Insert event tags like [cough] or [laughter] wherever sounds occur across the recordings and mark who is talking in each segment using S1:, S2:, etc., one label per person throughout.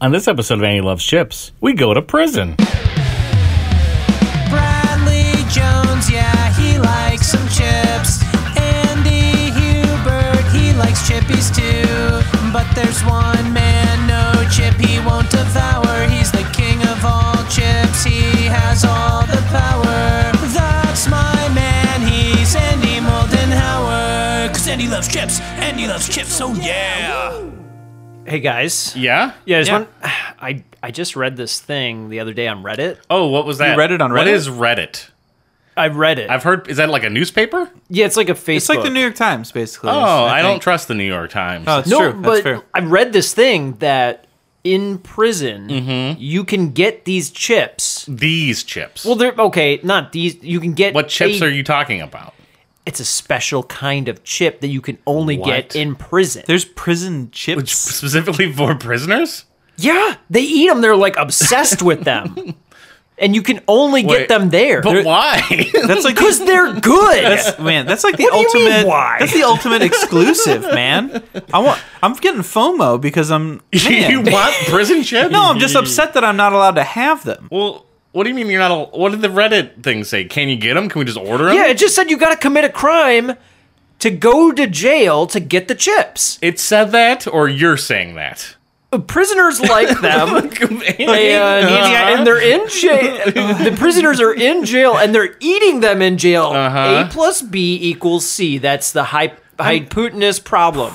S1: On this episode of Annie Loves Chips, we go to prison.
S2: Bradley Jones, yeah, he likes some chips. Andy Hubert, he likes chippies too. But there's one man, no chip he won't devour. He's the king of all chips, he has all the power. That's my man, he's Andy Moldenhauer. Cause Andy loves chips, Andy loves chips, oh yeah.
S3: Hey guys.
S1: Yeah?
S3: Yeah, I just
S2: Yeah.
S3: want- [sighs] I I just read this thing the other day on Reddit.
S1: Oh, what was that?
S4: read it on
S1: What
S4: Reddit?
S1: is Reddit?
S3: I read it.
S1: I've heard. Is that like a newspaper?
S3: yeah, it's like a Facebook.
S4: It's like the New York Times, basically.
S1: Oh, I, don't
S4: think.
S1: trust the New York Times.
S4: Oh, it's
S3: No,
S4: true. That's
S3: but
S4: fair.
S3: I read this thing that in prison you can get these chips.
S1: These chips.
S3: Well, they're okay, not these. You can get
S1: what chips
S3: a-
S1: are you talking about?
S3: It's a special kind of chip that you can only
S1: What?
S3: get in prison.
S4: There's prison chips.
S1: Specifically for prisoners?
S3: yeah, they eat them. They're like obsessed with them, and you can only
S1: Wait,
S3: get them there
S1: But [laughs] why?
S4: that's like
S3: because they're good.
S4: that's, [laughs] man. That's like the
S3: What do
S4: ultimate.
S3: you mean, why?
S4: That's the ultimate exclusive, man. I want. I'm getting FOMO because I'm.
S1: [laughs]
S4: Man.
S1: you want prison chips?
S4: no, I'm just upset that I'm not allowed to have them.
S1: Well, what do you mean you're not? A, what did the Reddit thing say? Can you get them? Can we just order them?
S3: Yeah, it just said you got to commit a crime to go to jail to get the chips.
S1: It said that, or you're saying that. [laughs]
S3: Prisoners like them. They, uh, need-
S1: Uh-huh.
S3: and they're in
S1: [laughs]
S3: jail. the prisoners are in jail, and they're eating them in jail.
S1: Uh-huh.
S3: A plus B equals C. That's the hy- hypotenuse problem.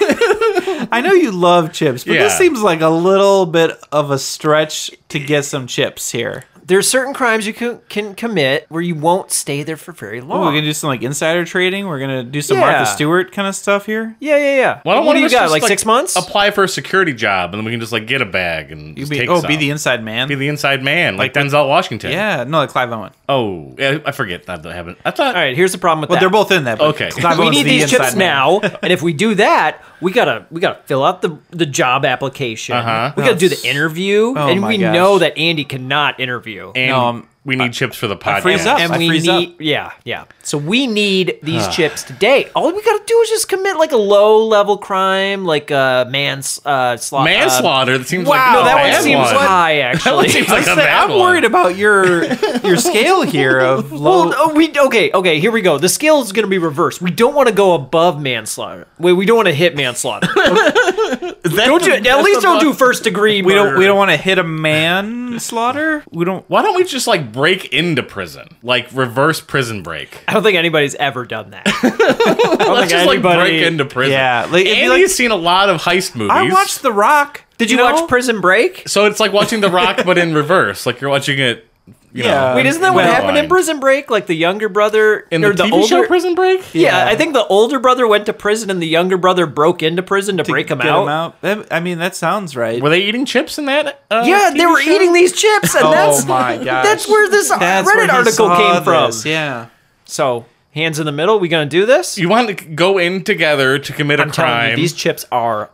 S4: I know you love chips, but
S1: Yeah.
S4: this seems like a little bit of a stretch to get some chips here.
S3: There are certain crimes you can, can commit where you won't stay there for very
S4: Ooh,
S3: long.
S1: Oh.
S4: we're gonna do some like insider trading. We're gonna do some
S3: Yeah.
S4: Martha Stewart kind of stuff here.
S3: yeah, yeah, yeah.
S1: Why don't
S3: what
S1: one
S3: do
S1: of
S3: you
S1: us
S3: got?
S1: just,
S3: Like, six months?
S1: Apply for a security job, and then we can just like get a bag and
S4: You
S1: just
S4: be
S1: take
S4: oh,
S1: some.
S4: be the inside man.
S1: Be the inside man, like,
S4: Like-
S1: Denzel Washington.
S4: yeah, no, like Clive Owen.
S1: Oh, yeah, I forget that happened. I thought.
S3: All right, here's the problem with
S4: Well,
S3: that.
S4: they're both in that. but
S1: Okay.
S4: Clive
S3: we
S4: Owen's
S3: need
S4: the
S3: these
S4: inside
S3: chips
S4: man.
S3: now, and if we do that, we gotta we gotta fill out the the job application.
S1: Uh-huh.
S3: We gotta do the interview,
S4: Oh
S3: and
S4: my
S3: we
S4: gosh.
S3: know that Andy cannot interview.
S1: And
S4: No, um,
S1: we need chips for the podcast.
S4: freeze up.
S3: and
S4: I
S3: we
S4: freeze up.
S3: need yeah yeah. So we need these chips today. All we gotta do is just commit like a low level crime, like a mans uh, sla- uh,
S1: Manslaughter. That seems
S3: wow,
S1: like a
S3: that
S1: bad
S3: one seems high actually.
S1: one
S3: [laughs]
S1: seems
S4: I
S1: like a
S4: said,
S1: bad
S4: I'm
S1: one.
S4: worried about [laughs] your your scale here of low.
S3: Well, oh, we okay, okay. Here we go. The scale is going to be reversed. We don't want to go above manslaughter. Wait, we don't want to hit manslaughter. don't you? At least don't do first degree.
S4: we don't we don't want to hit a man slaughter. We don't.
S1: Why don't we just like break into prison, like reverse prison break?
S3: I don't think anybody's ever done
S4: [laughs]
S3: that.
S1: Let's just like
S3: anybody-
S1: break into prison.
S4: Yeah, like, it'd be
S1: Andy's
S4: like-
S1: seen a lot of heist movies.
S4: I watched The Rock.
S3: Did you,
S4: know?
S3: watch Prison Break?
S1: So it's like watching The Rock, but in reverse. Like you're watching it. You
S4: Yeah.
S1: Know,
S3: Wait, isn't that what
S4: Well,
S3: happened in Prison Break? Like the younger brother
S1: Uh, In
S3: or
S1: the, TV
S3: older
S1: show Prison Break?
S3: Yeah.
S4: Yeah.
S3: I think the older brother went to prison and the younger brother broke into prison to, break him
S4: Get
S3: out.
S4: That- I mean, that sounds right.
S1: Were they eating chips in that? Uh,
S3: Yeah, they
S1: TV
S3: were
S1: show?
S3: eating these chips, and
S4: Oh
S3: that's
S4: my
S3: [laughs]
S4: gosh.
S3: that's where this
S4: [laughs] That's where
S3: Reddit
S4: he
S3: article
S4: saw
S3: came from.
S4: this, Yeah.
S3: So, hands in the middle. We gonna do this?
S1: You want to go in together to commit a
S3: I'm telling
S1: crime?
S3: you, these chips are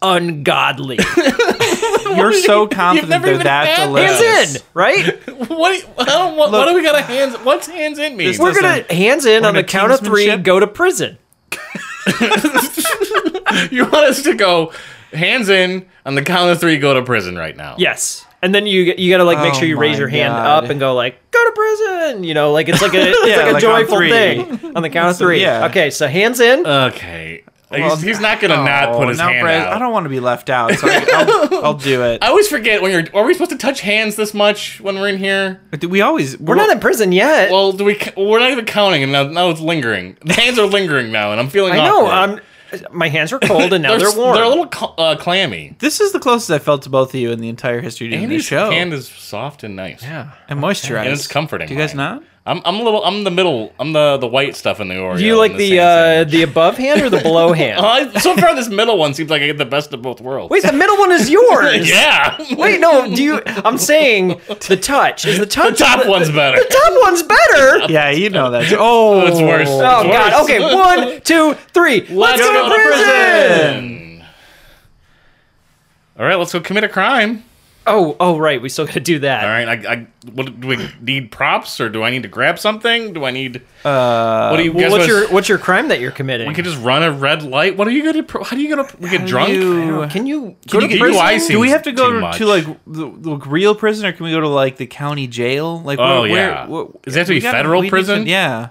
S3: ungodly.
S4: [laughs] You're so confident
S1: never
S4: they're
S1: even
S4: that
S1: had hands
S4: delicious.
S3: hands in, right?
S1: what? I don't, what, what do we got a hands? What's hands in mean?
S3: We're
S4: Listen,
S3: gonna hands in on the
S4: into
S3: count of three,
S4: kingsmanship.
S3: go to prison.
S1: you want us to go hands in on the count of three, go to prison right now?
S3: Yes, and then you you gotta like make
S4: Oh
S3: sure you raise
S4: my
S3: your hand
S4: God.
S3: up and go like go to prison. You know, like it's like a it's
S4: Yeah,
S3: like a
S4: like on
S3: joyful
S4: three.
S3: thing on the count of three.
S4: yeah.
S3: Okay, so hands in.
S1: Uh, Okay.
S4: Well,
S1: he's, he's not gonna not
S4: Oh,
S1: put his
S4: now,
S1: hand
S4: Brad,
S1: out.
S4: I don't want to be left out, so I, [laughs] I'll, I'll do it.
S1: I always forget when you're. Are we supposed to touch hands this much when we're in here?
S4: Do we always
S3: We're not in prison yet.
S1: Well, do we? c- We're not even counting, and now, now it's lingering. The hands are lingering now, and I'm feeling.
S3: I know.
S1: awkward.
S3: I'm. My hands are cold, and now
S1: They're,
S3: they're,
S1: s-
S3: warm.
S1: They're a little cl- uh, clammy.
S4: This is the closest I felt to both of you in the entire history of doing this
S1: Andy's
S4: show.
S1: hand is soft and nice. Yeah,
S4: and moisturized.
S1: and it's comforting.
S4: Do you guys
S1: mine.
S4: not?
S1: I'm, I'm a little. I'm the middle. I'm the the white stuff in the Oreo.
S3: Do you like
S1: and
S3: the uh,
S1: sand
S3: the above hand or the below hand?
S1: sandwich. Uh, so far, this middle one seems like I get the best of both worlds. [laughs]
S3: Wait, the middle one is yours.
S1: yeah,
S3: Wait, no. Do you? I'm saying the touch is the
S1: the
S3: touch.
S1: top one's better.
S3: The top one's better.
S4: Yeah, you know that. Oh,
S1: It's worse.
S3: Oh
S1: It's
S3: God!
S1: worse.
S3: Okay, one, two, three. Let's, go, to prison.
S1: All right, let's go commit a crime.
S3: Oh, oh, right. We still got to do that.
S1: All right. I, I what do we need props or do I need to grab something? Do I need?
S4: Uh,
S1: what do you?
S3: Well,
S1: guys
S3: what's
S1: wanna-
S3: your what's your crime that you're committing?
S1: We could just run a red light. What are you gonna? pro- How do you gonna? We get
S4: do
S1: drunk.
S4: you-
S1: Can
S3: can you
S1: you
S3: go to
S1: get
S3: prison?
S1: UI seems
S4: do we have to
S1: too
S4: go to,
S1: much.
S4: to, [laughs] like the, the real prison, or can we go to like the county jail? Like,
S1: Oh
S4: where,
S1: yeah.
S4: where, where-
S1: Does it have to be
S4: we gotta-
S1: federal
S4: we need to-
S1: prison? [laughs]
S4: yeah,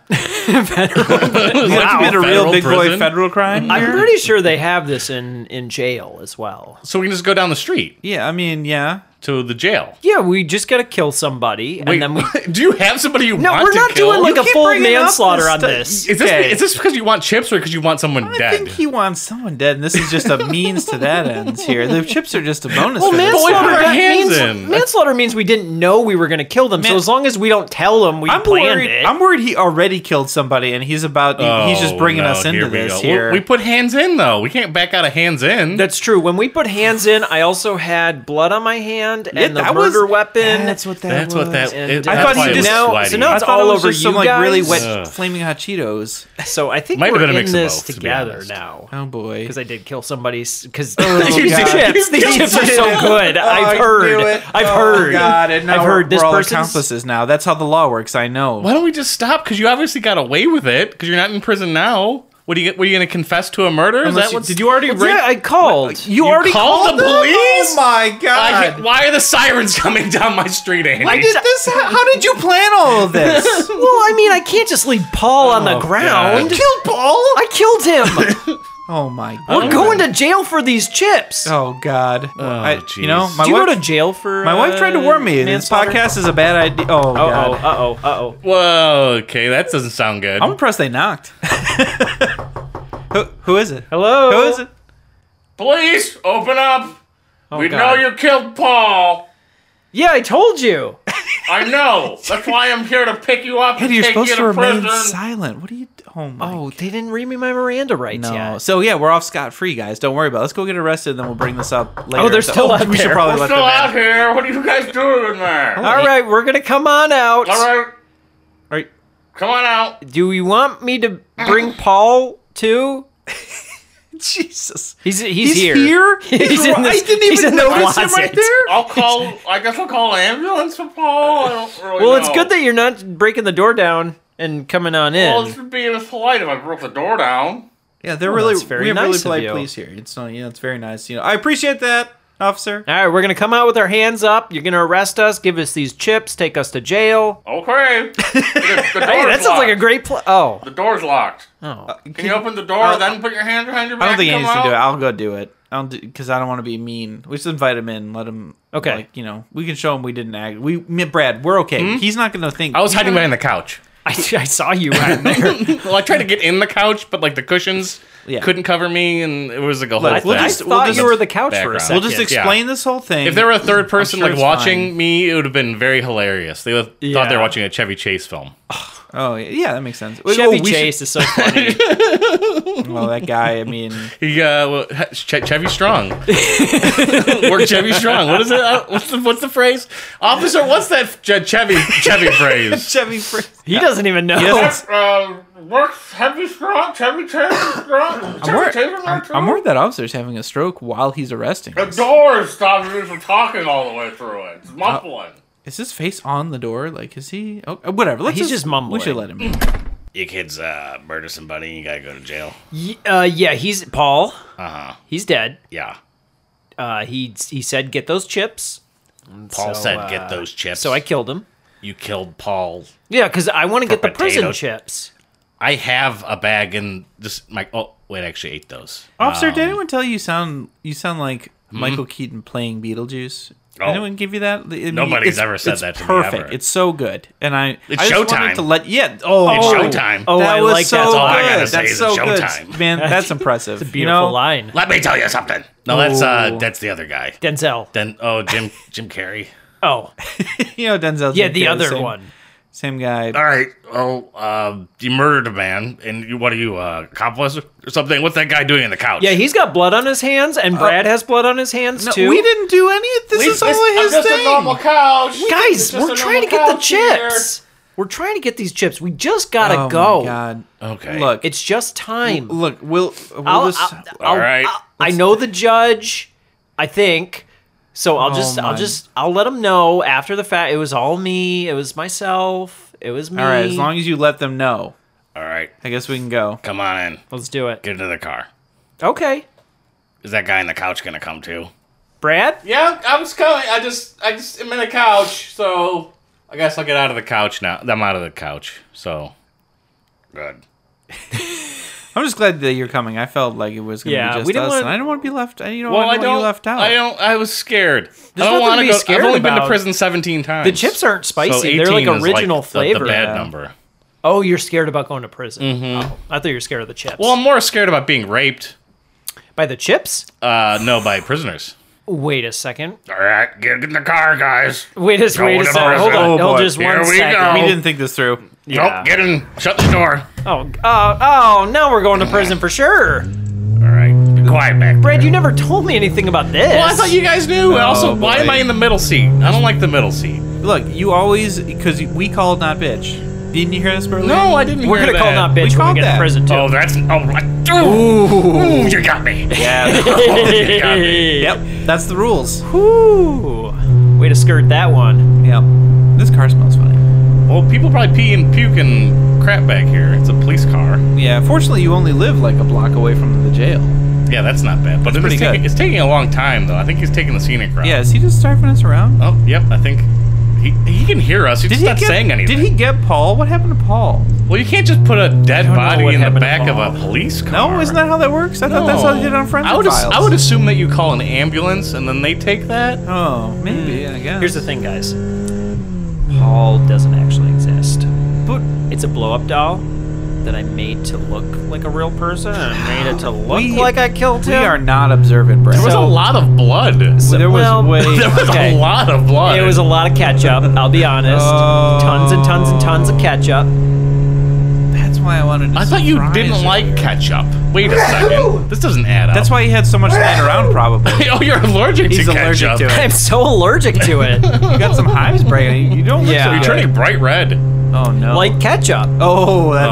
S1: Does it
S4: Wow.
S1: have to be
S4: a real
S1: federal
S4: big boy
S1: prison?
S4: federal crime.
S3: I'm
S4: here?
S3: pretty sure they have this in in jail as well.
S1: So we can just go down the street
S4: yeah, I mean, yeah.
S1: to the jail.
S3: Yeah, we just got to kill somebody, and
S1: Wait,
S3: then we.
S1: [laughs] do you have somebody you
S3: [laughs] No,
S1: want
S3: we're
S1: to
S3: not
S1: kill?
S3: doing like
S4: You
S3: a
S4: keep
S3: full
S4: bringing up
S3: manslaughter
S4: this
S3: on
S4: stuff.
S3: this.
S1: Is this
S4: Okay.
S1: is this because you want chips or because you want someone
S4: I
S1: dead?
S4: think he wants someone dead, and this is just a means to that end here. The chips are just a bonus. for this.
S1: manslaughter-
S4: part.
S1: our
S3: that
S1: hands
S3: means,
S1: in.
S3: manslaughter means we didn't know we were going to kill them. so
S4: Man-
S3: as long as we don't tell them we
S4: I'm
S3: planned
S4: worried.
S3: it,
S4: I'm worried he already killed somebody, and he's about.
S1: Oh,
S4: he's just bringing
S1: no,
S4: us into
S1: here we
S4: this
S1: go.
S4: here.
S1: Well, We put hands in though. We can't back out of hands in.
S3: that's true. When we put hands in, I also had blood on my hand and
S4: Yeah,
S3: the
S4: that was-
S3: murder weapon.
S4: That's what that.
S1: that's what that.
S3: And,
S1: It,
S3: uh, I
S1: that's
S4: thought he
S1: why it was
S4: just-
S3: now-
S1: sweaty.
S3: so now
S4: I
S3: it's
S4: thought
S3: all
S4: it was
S3: over
S4: just some
S3: you
S4: like really
S3: guys?
S4: wet,
S1: Ugh.
S4: flaming hot Cheetos.
S3: So I think
S1: Might have
S3: we're
S1: been a
S3: in
S1: mix of
S3: this
S1: both, to be
S3: together
S1: honest.
S3: now.
S4: Oh boy. [laughs]
S3: Because I did kill somebody because
S4: Oh,
S1: You
S3: [laughs] these
S1: God.
S3: chips, these
S1: You
S3: chips are
S1: did
S3: so
S1: it.
S3: good. I've heard. I've
S4: Oh,
S3: heard. I've heard this
S4: we're all
S3: person's
S4: accomplices now. That's how the law works. I know.
S1: Why don't we just stop? Because you obviously got away with it. Because you're not in prison now. What are you? What are you going to confess to a murder? Is
S4: Unless
S1: that
S4: you-
S1: what?
S4: did you already
S3: Yeah, I called.
S4: You, already
S1: called the
S4: them?
S1: police?
S4: Oh my
S1: I
S4: god!
S1: can't- why are the sirens [laughs] coming down my street, Andy?
S4: I did this. How, how did you plan all of this?
S3: [laughs] Well, I mean, I can't just leave Paul on the
S1: Oh, God.
S3: ground. [laughs] killed Paul? I killed him.
S4: [laughs] oh my
S3: We're
S4: god!
S3: going to jail for these chips.
S4: Oh god! I, you
S1: jeez.
S4: know, my
S3: Do you
S4: wife,
S3: go to jail for?
S4: my wife tried to warn me. This podcast is a bad idea.
S3: Uh oh.
S4: Oh god!
S3: Uh oh. Uh oh.
S1: Whoa. Okay, that doesn't sound good.
S4: I'm impressed
S3: [laughs]
S4: they knocked. who, who is it?
S3: Hello.
S4: Who is it?
S1: Police, open up. we
S3: Oh, God.
S1: know you killed Paul.
S3: Yeah, I told you.
S1: I know. That's why I'm here to pick you up and
S4: Eddie, you're
S1: take
S4: supposed
S1: you
S4: to
S1: to
S4: remain
S1: prison.
S4: silent. What are you? Oh my.
S3: Oh, they didn't read me my Miranda rights
S4: No.
S3: yet.
S4: So yeah, we're off scot free, guys. Don't worry about. it. Let's go get arrested, and then we'll bring this up later.
S3: they're
S4: So- oh,
S3: still out
S4: We should
S3: there.
S4: probably
S1: We're
S4: let
S1: still
S4: them in.
S1: out here. What are you guys doing in there? All
S3: All right, we're gonna come on out.
S1: right,
S4: All right.
S1: come on out.
S3: Do you want me to bring Paul too?
S4: [laughs] Jesus.
S3: He's he's, here.
S4: [laughs] He's,
S3: He's in
S4: ri-
S3: this-
S4: I didn't even
S3: he's in the
S4: notice him right
S3: closet.
S4: there.
S1: I'll call. I guess I'll call an ambulance for Paul. I don't really
S3: Well, it's
S1: know.
S3: good that you're not breaking the door down and coming on in.
S1: Well, this would be polite if I broke the door down.
S4: Yeah, they're really
S3: that's very
S4: we have
S3: nice
S4: really
S3: of
S4: polite
S3: you.
S4: police here. It's not, you know, it's very nice. You know, I appreciate that, officer.
S3: All right, we're gonna come out with our hands up. You're gonna arrest us, give us these chips, take us to jail.
S1: Okay. The- the
S3: Hey,
S1: door's
S3: that sounds like a
S1: locked.
S3: great pl- oh.
S1: The door's locked.
S4: Uh,
S3: oh.
S1: Can you open the door,
S4: I'll-
S1: then put your hand behind your
S4: I
S1: back?
S4: don't think he
S1: and
S4: needs
S1: come
S4: to do it.
S1: out?
S4: I'll go do it. I'll do because I don't want to be mean. We just invite him in. Let him.
S3: Okay.
S4: Like, you know, we can show him we didn't act. We, me- Brad, we're okay. He's not going to think.
S1: I was hiding
S4: my.
S1: behind the couch.
S3: I, I saw [laughs] you right there.
S1: [laughs] well, I tried to get in the couch, but like the cushions
S4: Yeah.
S1: couldn't cover me, and it was like a whole
S4: Look,
S1: thing.
S4: we'll
S3: I
S4: just-
S3: thought
S4: we'll just-
S3: you were the couch for a
S1: Background.
S3: second.
S4: We'll just explain this whole thing.
S1: if there were a third person
S4: sure
S1: like
S4: it's
S1: watching
S4: fine.
S1: me, it would have been very hilarious. They would- thought they
S3: Yeah.
S1: were watching a Chevy Chase film.
S4: oh yeah, that makes sense.
S3: Chevy
S4: oh, we
S3: Chase is so [laughs] funny.
S4: Should, well, [laughs] that guy. I
S1: [laughs]
S4: mean,
S1: He, uh, well, Ch- Chevy Strong.
S3: [laughs]
S1: Work Chevy Strong. What is it? Uh, What's the, what's the phrase? Officer, what's that Ch- Chevy Chevy
S4: [laughs]
S1: phrase?
S4: Chevy. Fr-
S3: he doesn't even know.
S4: doesn't-
S1: Uh, work Chevy Strong. Chevy Chevy Strong.
S4: I'm worried, I'm, I'm worried that officer's having a stroke while he's arresting. us.
S1: door stops me from talking all the way through it. It's muffling.
S4: Is his face on the door? Like, is he? Oh, whatever. Let's
S3: He's just mumbling.
S4: We should let him. In.
S1: Your kids uh, murder somebody, you gotta go to jail.
S3: Y- uh, yeah, he's Paul.
S1: Uh huh.
S3: He's dead.
S1: Yeah.
S3: Uh, he he said, "Get those chips."
S1: Paul
S3: So,
S1: said,
S3: uh,
S1: "Get those chips."
S3: So I killed him.
S1: you killed Paul.
S3: Yeah, because I want to get the prison
S1: potato-
S3: chips.
S1: I have a bag in just my. Oh wait, I actually ate those.
S4: Officer,
S3: Um,
S4: did anyone tell you sound you sound like
S3: hmm?
S4: Michael Keaton playing Beetlejuice?
S1: Oh.
S4: Anyone give you that? I mean,
S1: Nobody's
S4: it's-
S1: ever said
S4: it's
S1: that to me,
S4: perfect.
S1: ever.
S4: It's so good, and I.
S1: It's
S4: I just wanted
S1: showtime.
S4: to let yeah. Oh,
S1: It's showtime.
S3: Oh,
S4: that
S3: I
S4: was
S3: like
S4: so
S3: that. That's
S4: good.
S3: all I
S1: gotta say
S4: that's
S1: is
S4: so good,
S1: showtime.
S4: man.
S1: [laughs]
S4: That's impressive.
S3: It's a
S4: you
S3: beautiful
S4: know?
S3: line.
S1: Let me tell you something. No, that's uh,
S4: Oh.
S1: that's the other guy.
S3: Denzel.
S1: Then oh,
S3: [laughs]
S1: Jim Jim Carrey.
S3: Oh,
S4: You know Denzel.
S3: yeah, the other
S4: same,
S3: one.
S4: Same guy.
S1: All right. Oh, uh, you murdered a man, and you, what are you, uh, accomplice or something? What's that guy doing in the couch?
S3: Yeah, he's got blood on his hands, and Brad has blood on his hands
S4: Uh, No,
S3: too.
S4: we didn't do any. This is all his thing.
S1: couch.
S3: Guys, we're trying to get the chips. We're trying to get these chips. We just gotta
S4: oh
S3: go.
S4: My God.
S1: Okay.
S4: Look,
S3: It's just time.
S4: look. We'll. we'll
S3: I'll,
S4: just,
S3: I'll,
S1: All
S3: I'll-
S1: right.
S3: I know the judge. I think. So
S1: Oh
S3: I'll just I'll
S4: my.
S3: just I'll let them know after the fact. It was all me. It was myself. It was me.
S4: All right, as long as you let them know,
S1: All right,
S4: I guess we can go.
S1: come on in.
S3: let's do it.
S1: Get into the car.
S3: Okay,
S1: Is that guy on the couch gonna come too?
S3: Brad.
S1: Yeah, I was coming. I just, I just am in a couch, so I guess I'll get out of the couch now. I'm out of the couch, so good.
S4: I'm just glad that you're coming. I felt like it was gonna
S3: Yeah,
S4: be just
S3: we didn't
S4: us,
S3: wanna-
S4: and I don't want to be left. I- You don't
S1: Well,
S4: want
S1: I
S4: to
S1: don't.
S4: be left out.
S1: I don't. I was scared. I
S3: nothing
S1: don't
S3: to
S1: want
S3: be
S1: go.
S3: scared
S1: I've only been
S3: about.
S1: to prison 17 times.
S3: The chips aren't spicy.
S1: So
S3: They're like
S1: 18 is,
S3: original
S1: the-
S3: flavor.
S1: The, bad
S4: Yeah.
S1: number. Mm-hmm.
S3: Oh, you're scared about going to prison. Oh, I thought you were scared of the chips.
S1: Well, I'm more scared about being raped.
S3: by the chips?
S1: Uh, no, by prisoners.
S3: Wait a second.
S1: All right, get in the car, guys.
S3: Wait a
S1: Going
S3: wait a
S1: to
S3: second.
S1: prison.
S3: Hold on.
S4: Oh,
S3: Hold
S4: boy.
S3: just
S1: Here
S3: one
S1: we
S3: second.
S1: go.
S4: We didn't think this through.
S3: Yeah.
S1: Nope, get in. Shut the door.
S3: Oh, uh, oh, now we're going to prison for sure.
S1: All right, be quiet back. there.
S3: Brad, you never told me anything about this.
S1: Well, I thought you guys knew. and also,
S4: Oh,
S1: why
S4: boy.
S1: am I in the middle seat? I don't like the middle seat.
S4: Look, you always because we called not bitch. Didn't you hear us, Berlin?
S1: No, I didn't.
S3: We're
S1: hear
S3: gonna call
S1: that.
S3: not bitch when we
S4: called
S3: get
S4: that.
S3: to prison
S1: [laughs]
S3: too.
S1: Oh, that's oh, I- ooh, ooh, you got me. [laughs]
S4: Yeah. Oh,
S1: you got me.
S4: yep. That's the rules.
S3: Whew. Way to skirt that one.
S4: Yep. This car smells funny.
S1: Well, people probably pee and puke and crap back here. It's a police car.
S4: Yeah. Fortunately, you only live like a block away from the jail.
S1: Yeah, that's not bad. But it's,
S4: pretty
S1: taking,
S4: good.
S1: it's taking a long time though. I think he's taking the scenic route.
S4: Yeah. Is he just starving us around?
S1: Oh, yep. I think he he can hear us. He's just not
S4: get,
S1: saying anything.
S4: Did he get Paul? What happened to Paul?
S1: Well, you can't just put a dead
S3: know
S1: body
S3: what
S1: in the
S3: happened to
S1: back of a
S3: Bob.
S1: police car.
S4: No, isn't that how that works? I thought that's how they did it on Friends
S1: I
S4: and
S1: would, as-
S4: Files.
S1: I would assume that you call an ambulance and then they take that.
S4: Oh, maybe. I guess.
S3: Here's the thing, guys. Paul doesn't actually exist.
S4: But
S3: It's a blow up doll that I made to look like a real person and I made it to look
S4: We-
S3: like I killed
S4: we
S3: him.
S4: are not observant, Brad.
S1: There was a
S3: So-
S1: lot of blood.
S3: So-
S4: there was
S3: well, [laughs]
S4: way.
S1: There was
S3: Okay.
S1: a lot of blood.
S3: It was a lot of catch up, I'll be honest.
S4: Oh.
S3: Tons and tons and tons of catch up.
S4: That's why I wanted. to
S1: I thought you
S4: surprise
S1: didn't
S4: you.
S1: like ketchup. Wait a second. This doesn't add up.
S4: That's why he had so much laying around. Probably.
S1: [laughs] oh, you're allergic
S4: He's
S1: to
S4: allergic
S1: ketchup.
S4: to it.
S3: [laughs] I'm so allergic to [laughs] it.
S4: You got some hives, Brad. You don't. Look
S3: Yeah.
S1: [laughs]
S4: So
S1: You're
S4: good.
S1: turning bright red.
S4: Oh no.
S3: like ketchup.
S4: Oh, that's. Is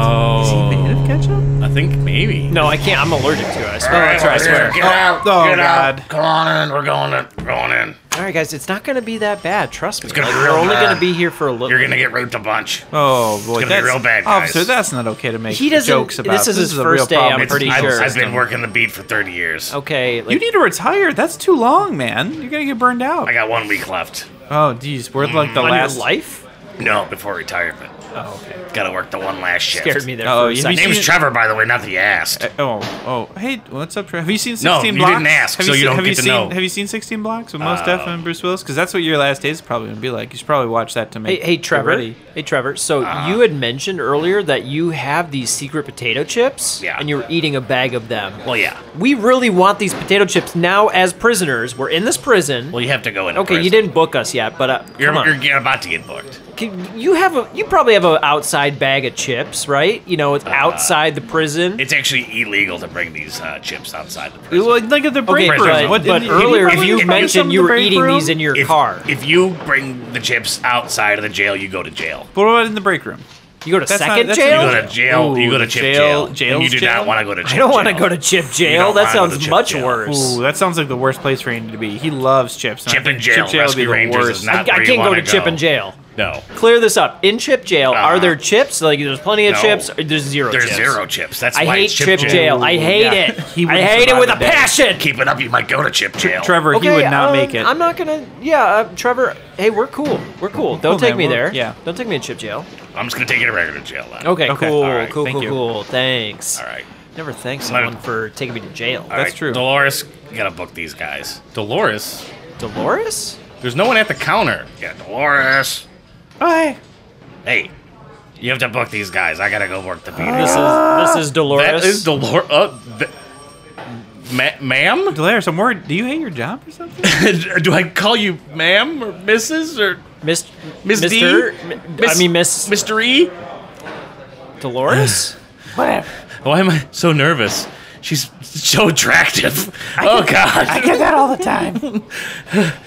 S1: Oh.
S4: he made of ketchup?
S1: I think maybe.
S3: No, I can't. I'm allergic to it. I swear.
S1: that's right. I swear. Get out.
S4: Oh,
S1: get
S4: God.
S1: out. Come on in. We're going in. We're going in.
S3: All right, guys, it's not going to be that bad. Trust me.
S1: gonna
S3: Like,
S1: be
S3: we're
S1: real
S3: only
S1: bad.
S3: going to be here for a little.
S1: You're gonna get raped a bunch.
S4: Oh boy,
S1: gonna be
S4: that's
S1: real bad, guys.
S4: officer. That's not okay to make
S3: He doesn't-
S4: jokes about.
S3: this is his
S4: a real
S3: first day,
S4: problem.
S3: I'm
S4: It's-
S3: pretty
S1: I've,
S3: sure.
S1: I've been working the beat for 30 years.
S3: Okay. Like,
S4: You need to retire. That's too long, man. You're gonna get burned out.
S1: I got one week left.
S4: Oh, geez, we're like the
S3: on
S4: last.
S3: your life?
S1: No, before retirement.
S3: Oh, okay.
S1: Gotta work the one last shift.
S3: Scared me there
S4: Oh,
S3: for a
S4: you-
S3: second.
S1: Name's Trevor, by the way, not the ass.
S3: Uh,
S4: Oh, oh, hey, what's up, Trevor? Have you seen
S1: No,
S4: 16
S1: you
S4: Blocks?
S1: didn't ask,
S4: have
S1: so you
S4: seen,
S1: don't
S4: have
S1: get
S4: you
S1: to
S4: seen,
S1: know. Oh.
S4: Have you seen 16 Blocks with Most Def and Bruce Willis? Because that's what your last days is probably gonna be like. You should probably watch that to
S3: Hey,
S4: make.
S3: hey,
S4: get
S3: Trevor.
S4: ready.
S3: Hey, Trevor. So you had mentioned earlier that you have these secret potato chips,
S1: Yeah.
S3: and you were eating a bag of them.
S1: Well, yeah.
S3: We really want these potato chips now as prisoners. We're in this prison.
S1: Well, you have to go in.
S3: okay, you didn't book us yet, but uh,
S1: You're,
S3: come on.
S1: you're, you're about to get booked.
S3: Can- you have a you probably have an outside bag of chips, right? You know, it's outside the prison.
S1: It's actually illegal to bring these uh, chips outside the prison.
S4: Well, like at the break
S3: okay,
S4: room.
S1: prison.
S3: but,
S4: What-
S3: but
S4: didn't- did he
S3: earlier
S4: probably
S3: you
S4: bring some
S3: mentioned
S4: to
S3: you
S4: the
S3: were
S4: break
S3: eating
S4: room?
S3: these in your
S1: if,
S3: car.
S1: If you bring the chips outside of the jail, you go to jail.
S4: But what about in the break room?
S3: you go to
S4: That's not-
S3: second
S4: that's not-
S3: jail.
S1: You go to jail. you
S4: Ooh,
S1: go to chip
S4: jail-
S1: jail.
S4: jail's
S1: and you do
S4: jail?
S1: not want to go to chip
S3: I don't want to
S1: jail.
S3: go to chip
S1: don't
S3: jail. That
S1: wanna go to
S3: sounds
S1: chip
S3: much
S1: jail.
S3: worse.
S4: Ooh, that sounds like the worst place for Andy to be. He loves chips. and I
S1: Chip and
S4: think
S1: jail.
S4: Chip jail would be
S1: Rescue Rangers
S4: the worst.
S1: is
S3: I,
S1: not where
S3: I
S1: you
S3: can't go
S1: wanna
S3: to chip and jail.
S1: No.
S3: Clear this up. In chip jail, are
S1: Uh-huh.
S3: there chips? Like, there's plenty of
S1: No.
S3: chips. or There's zero.
S1: There's
S3: chips.
S1: zero chips. That's
S3: I
S1: why
S3: hate
S1: it's chip,
S3: chip jail. I hate
S4: Yeah.
S3: it.
S4: He
S3: I
S4: wouldn't
S3: hate it
S4: survive
S3: with a
S4: a day.
S3: passion.
S1: Keep it up, you might go to chip jail.
S4: Trevor, he would not
S3: um,
S4: make it.
S3: I'm not gonna. Yeah, uh, Trevor. Hey, we're cool. We're cool. Don't
S4: cool,
S3: take
S4: man.
S3: me
S4: We're-
S3: there.
S4: yeah.
S3: Don't take me to chip jail.
S1: I'm just gonna take you to regular jail. Then.
S3: Okay.
S4: Okay,
S3: Cool.
S1: all right,
S3: Cool.
S4: thank
S3: Cool.
S4: you.
S3: Cool. Thanks.
S1: All right.
S3: Never thanks
S1: Let-
S3: someone for taking me to jail.
S1: All
S4: That's
S1: right,
S4: true.
S1: Dolores, you gotta book these guys. Dolores,
S3: Dolores?
S1: there's no one at the counter. Yeah, Dolores.
S4: Oh, hey.
S1: Hey, you have to book these guys. I gotta go work the beat.
S3: This is this is Dolores.
S1: that is Dolores. Uh, th- ma- ma'am? [laughs]
S4: Delaris, I'm worried. Do you hate your job or something?
S3: [laughs]
S1: Do I call you ma'am or Mrs. or
S3: Mis-
S1: Miss D?
S3: Mister. Mi- I
S1: Miss-
S3: mean Miss
S1: Mr. E?
S3: Dolores.
S4: Whatever.
S1: Why am I so nervous? She's so attractive. oh God.
S4: get that all the time.
S3: [sighs]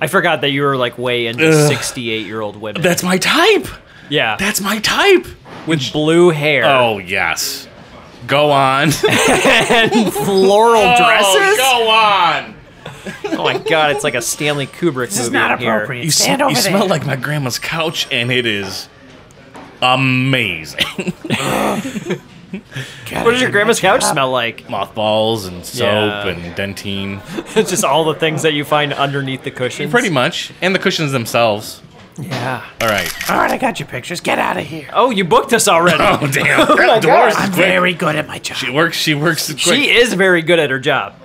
S3: I forgot that you were like way into sixty-eight-year-old women.
S1: That's my type.
S3: yeah,
S1: That's my type.
S3: with blue hair [laughs]
S1: Oh yes. Go on. Oh,
S3: and floral dresses.
S1: go on.
S3: Oh my god, it's like a Stanley Kubrick
S5: This
S3: movie
S5: is not
S3: in here.
S5: appropriate.
S1: You,
S5: Stand
S1: sm-
S5: over
S1: you
S5: there.
S1: smell like my grandma's couch, and it is amazing. [laughs]
S3: What [laughs] does your grandma's couch smell like? [laughs]
S1: Mothballs and soap
S3: Yeah.
S1: and dentine,
S3: It's just all the things that you find underneath the cushions.
S1: pretty much, and the cushions themselves.
S3: Yeah.
S1: All
S4: [laughs]
S1: right.
S5: All right, I got your pictures. Get out of here.
S3: Oh, you booked us already.
S1: Oh [laughs] damn! That Dolores is
S5: I'm
S1: quick.
S5: very good at my job.
S1: She works. She works. Quick.
S3: [laughs] She is very good at her job.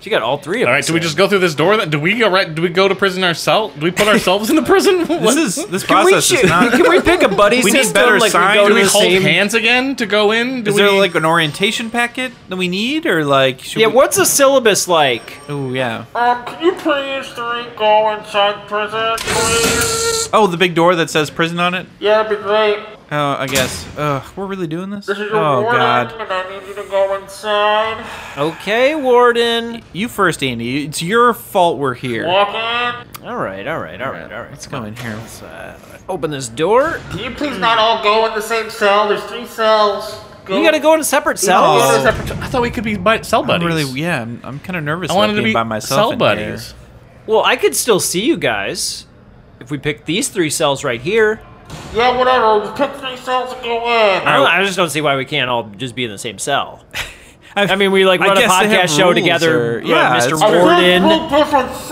S3: She got all three of
S1: All
S3: them.
S1: right. Do we just go through this door? That do we go right? Do we go to prison ourselves? Do we put ourselves in the prison? What?
S4: [laughs] This is this
S3: Can we,
S4: process
S3: shoot-
S4: is not.
S3: can we pick a buddy
S4: We need
S3: system?
S4: better
S3: like
S4: signs.
S3: we go
S4: Do
S1: do
S3: to
S1: we
S3: the
S1: hold
S3: same...
S1: hands again to go in? Do
S4: Is
S1: we,
S4: there like an orientation packet that we need, or like? Should
S3: Yeah,
S4: we-
S3: what's a syllabus like?
S4: Oh yeah.
S6: Um, could you please three go inside prison, please?
S4: Oh, the big door that says prison on it.
S6: Yeah, that'd be great.
S4: Oh, I guess. Ugh, we're really doing this.
S6: This is your
S4: Oh
S6: warning,
S4: god.
S6: and I need you to go inside.
S3: Okay, Warden.
S4: You first, Andy. It's your fault we're here.
S6: Walk in.
S3: All right, all right, all right, all right.
S4: Let's go in here.
S3: Open this door.
S6: Can you please not all go in the same cell? There's three cells. Go.
S3: You gotta go in separate cells.
S4: Oh.
S6: Go to separate-
S1: I thought we could be bu- cell
S4: I'm
S1: buddies.
S4: really, yeah, I'm, I'm kind of nervous.
S1: I
S4: about
S1: wanted to
S4: being
S1: be
S4: by myself.
S1: cell
S4: in
S1: buddies.
S4: here.
S3: Well, I could still see you guys if we pick these three cells right here.
S6: Yeah, whatever. Just pick three cells and go in.
S3: I, don't, I just don't see why we can't all just be in the same [laughs] cell.
S4: I,
S3: I mean, we like
S4: I
S3: run a
S4: guess they have
S3: podcast show
S4: rules,
S3: together.
S4: or-
S3: uh,
S4: yeah,
S3: Mr.
S4: it's-
S6: I
S3: Warden.
S6: said three different cells.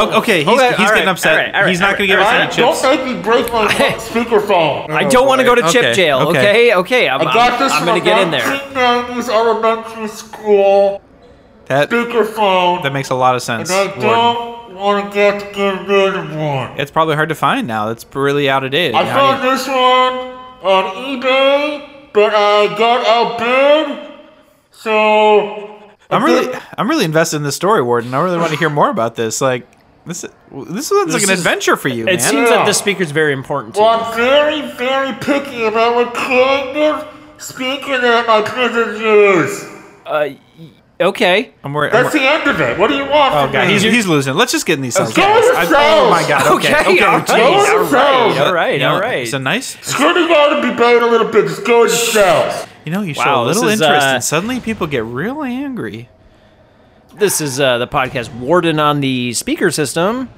S4: Oh, okay,
S3: Okay,
S4: he's, he's
S3: all right,
S4: getting upset.
S3: all right, all right,
S4: he's
S3: all right,
S4: not going to give
S6: All
S4: us
S6: right,
S4: any
S6: don't
S4: chips.
S6: make me break my
S3: Hey.
S6: [laughs] speakerphone.
S3: I don't want to go to
S4: Okay,
S3: chip jail.
S4: okay.
S3: Okay, okay. I'm,
S6: I got this
S3: I'm
S6: from
S3: gonna
S6: a
S3: get in there.
S6: 1990s elementary school
S4: That
S6: speakerphone.
S4: that makes a lot of sense.
S6: and I
S4: Warden.
S6: don't want to get get rid of one.
S4: It's probably hard to find now. That's really out of date.
S6: I
S4: How
S6: found
S4: do you-
S6: this one on eBay, but I got outbid, so
S4: I'm really, I'm really invested in this story, Warden. I really want to hear more about this. Like this, this sounds like an
S3: is-
S4: adventure for you,
S3: It
S4: man.
S3: seems that this speaker's very important to
S6: Well,
S3: you.
S6: I'm very, very picky about what kind of speaker that my prison use.
S3: Okay.
S4: I'm worried. I'm
S6: That's
S4: worried.
S6: the end of it. What do you want
S4: Oh
S6: from
S4: god,
S6: me?
S4: he's, he's losing. Let's just get in these cells.
S6: Go
S4: guys.
S6: to
S4: I-
S6: cells.
S4: oh my god. Okay.
S3: Okay, all right,
S4: geez.
S6: Go to cells.
S3: All right,
S4: You know,
S3: all right.
S4: It's a nice.
S6: Screw the out and be buried a little bit. Just go in the cells.
S4: You know, you show
S3: Wow,
S4: a
S3: this
S4: little
S3: is,
S4: interest,
S3: uh,
S4: and suddenly people get real angry.
S3: This is uh, the podcast Warden on the speaker system.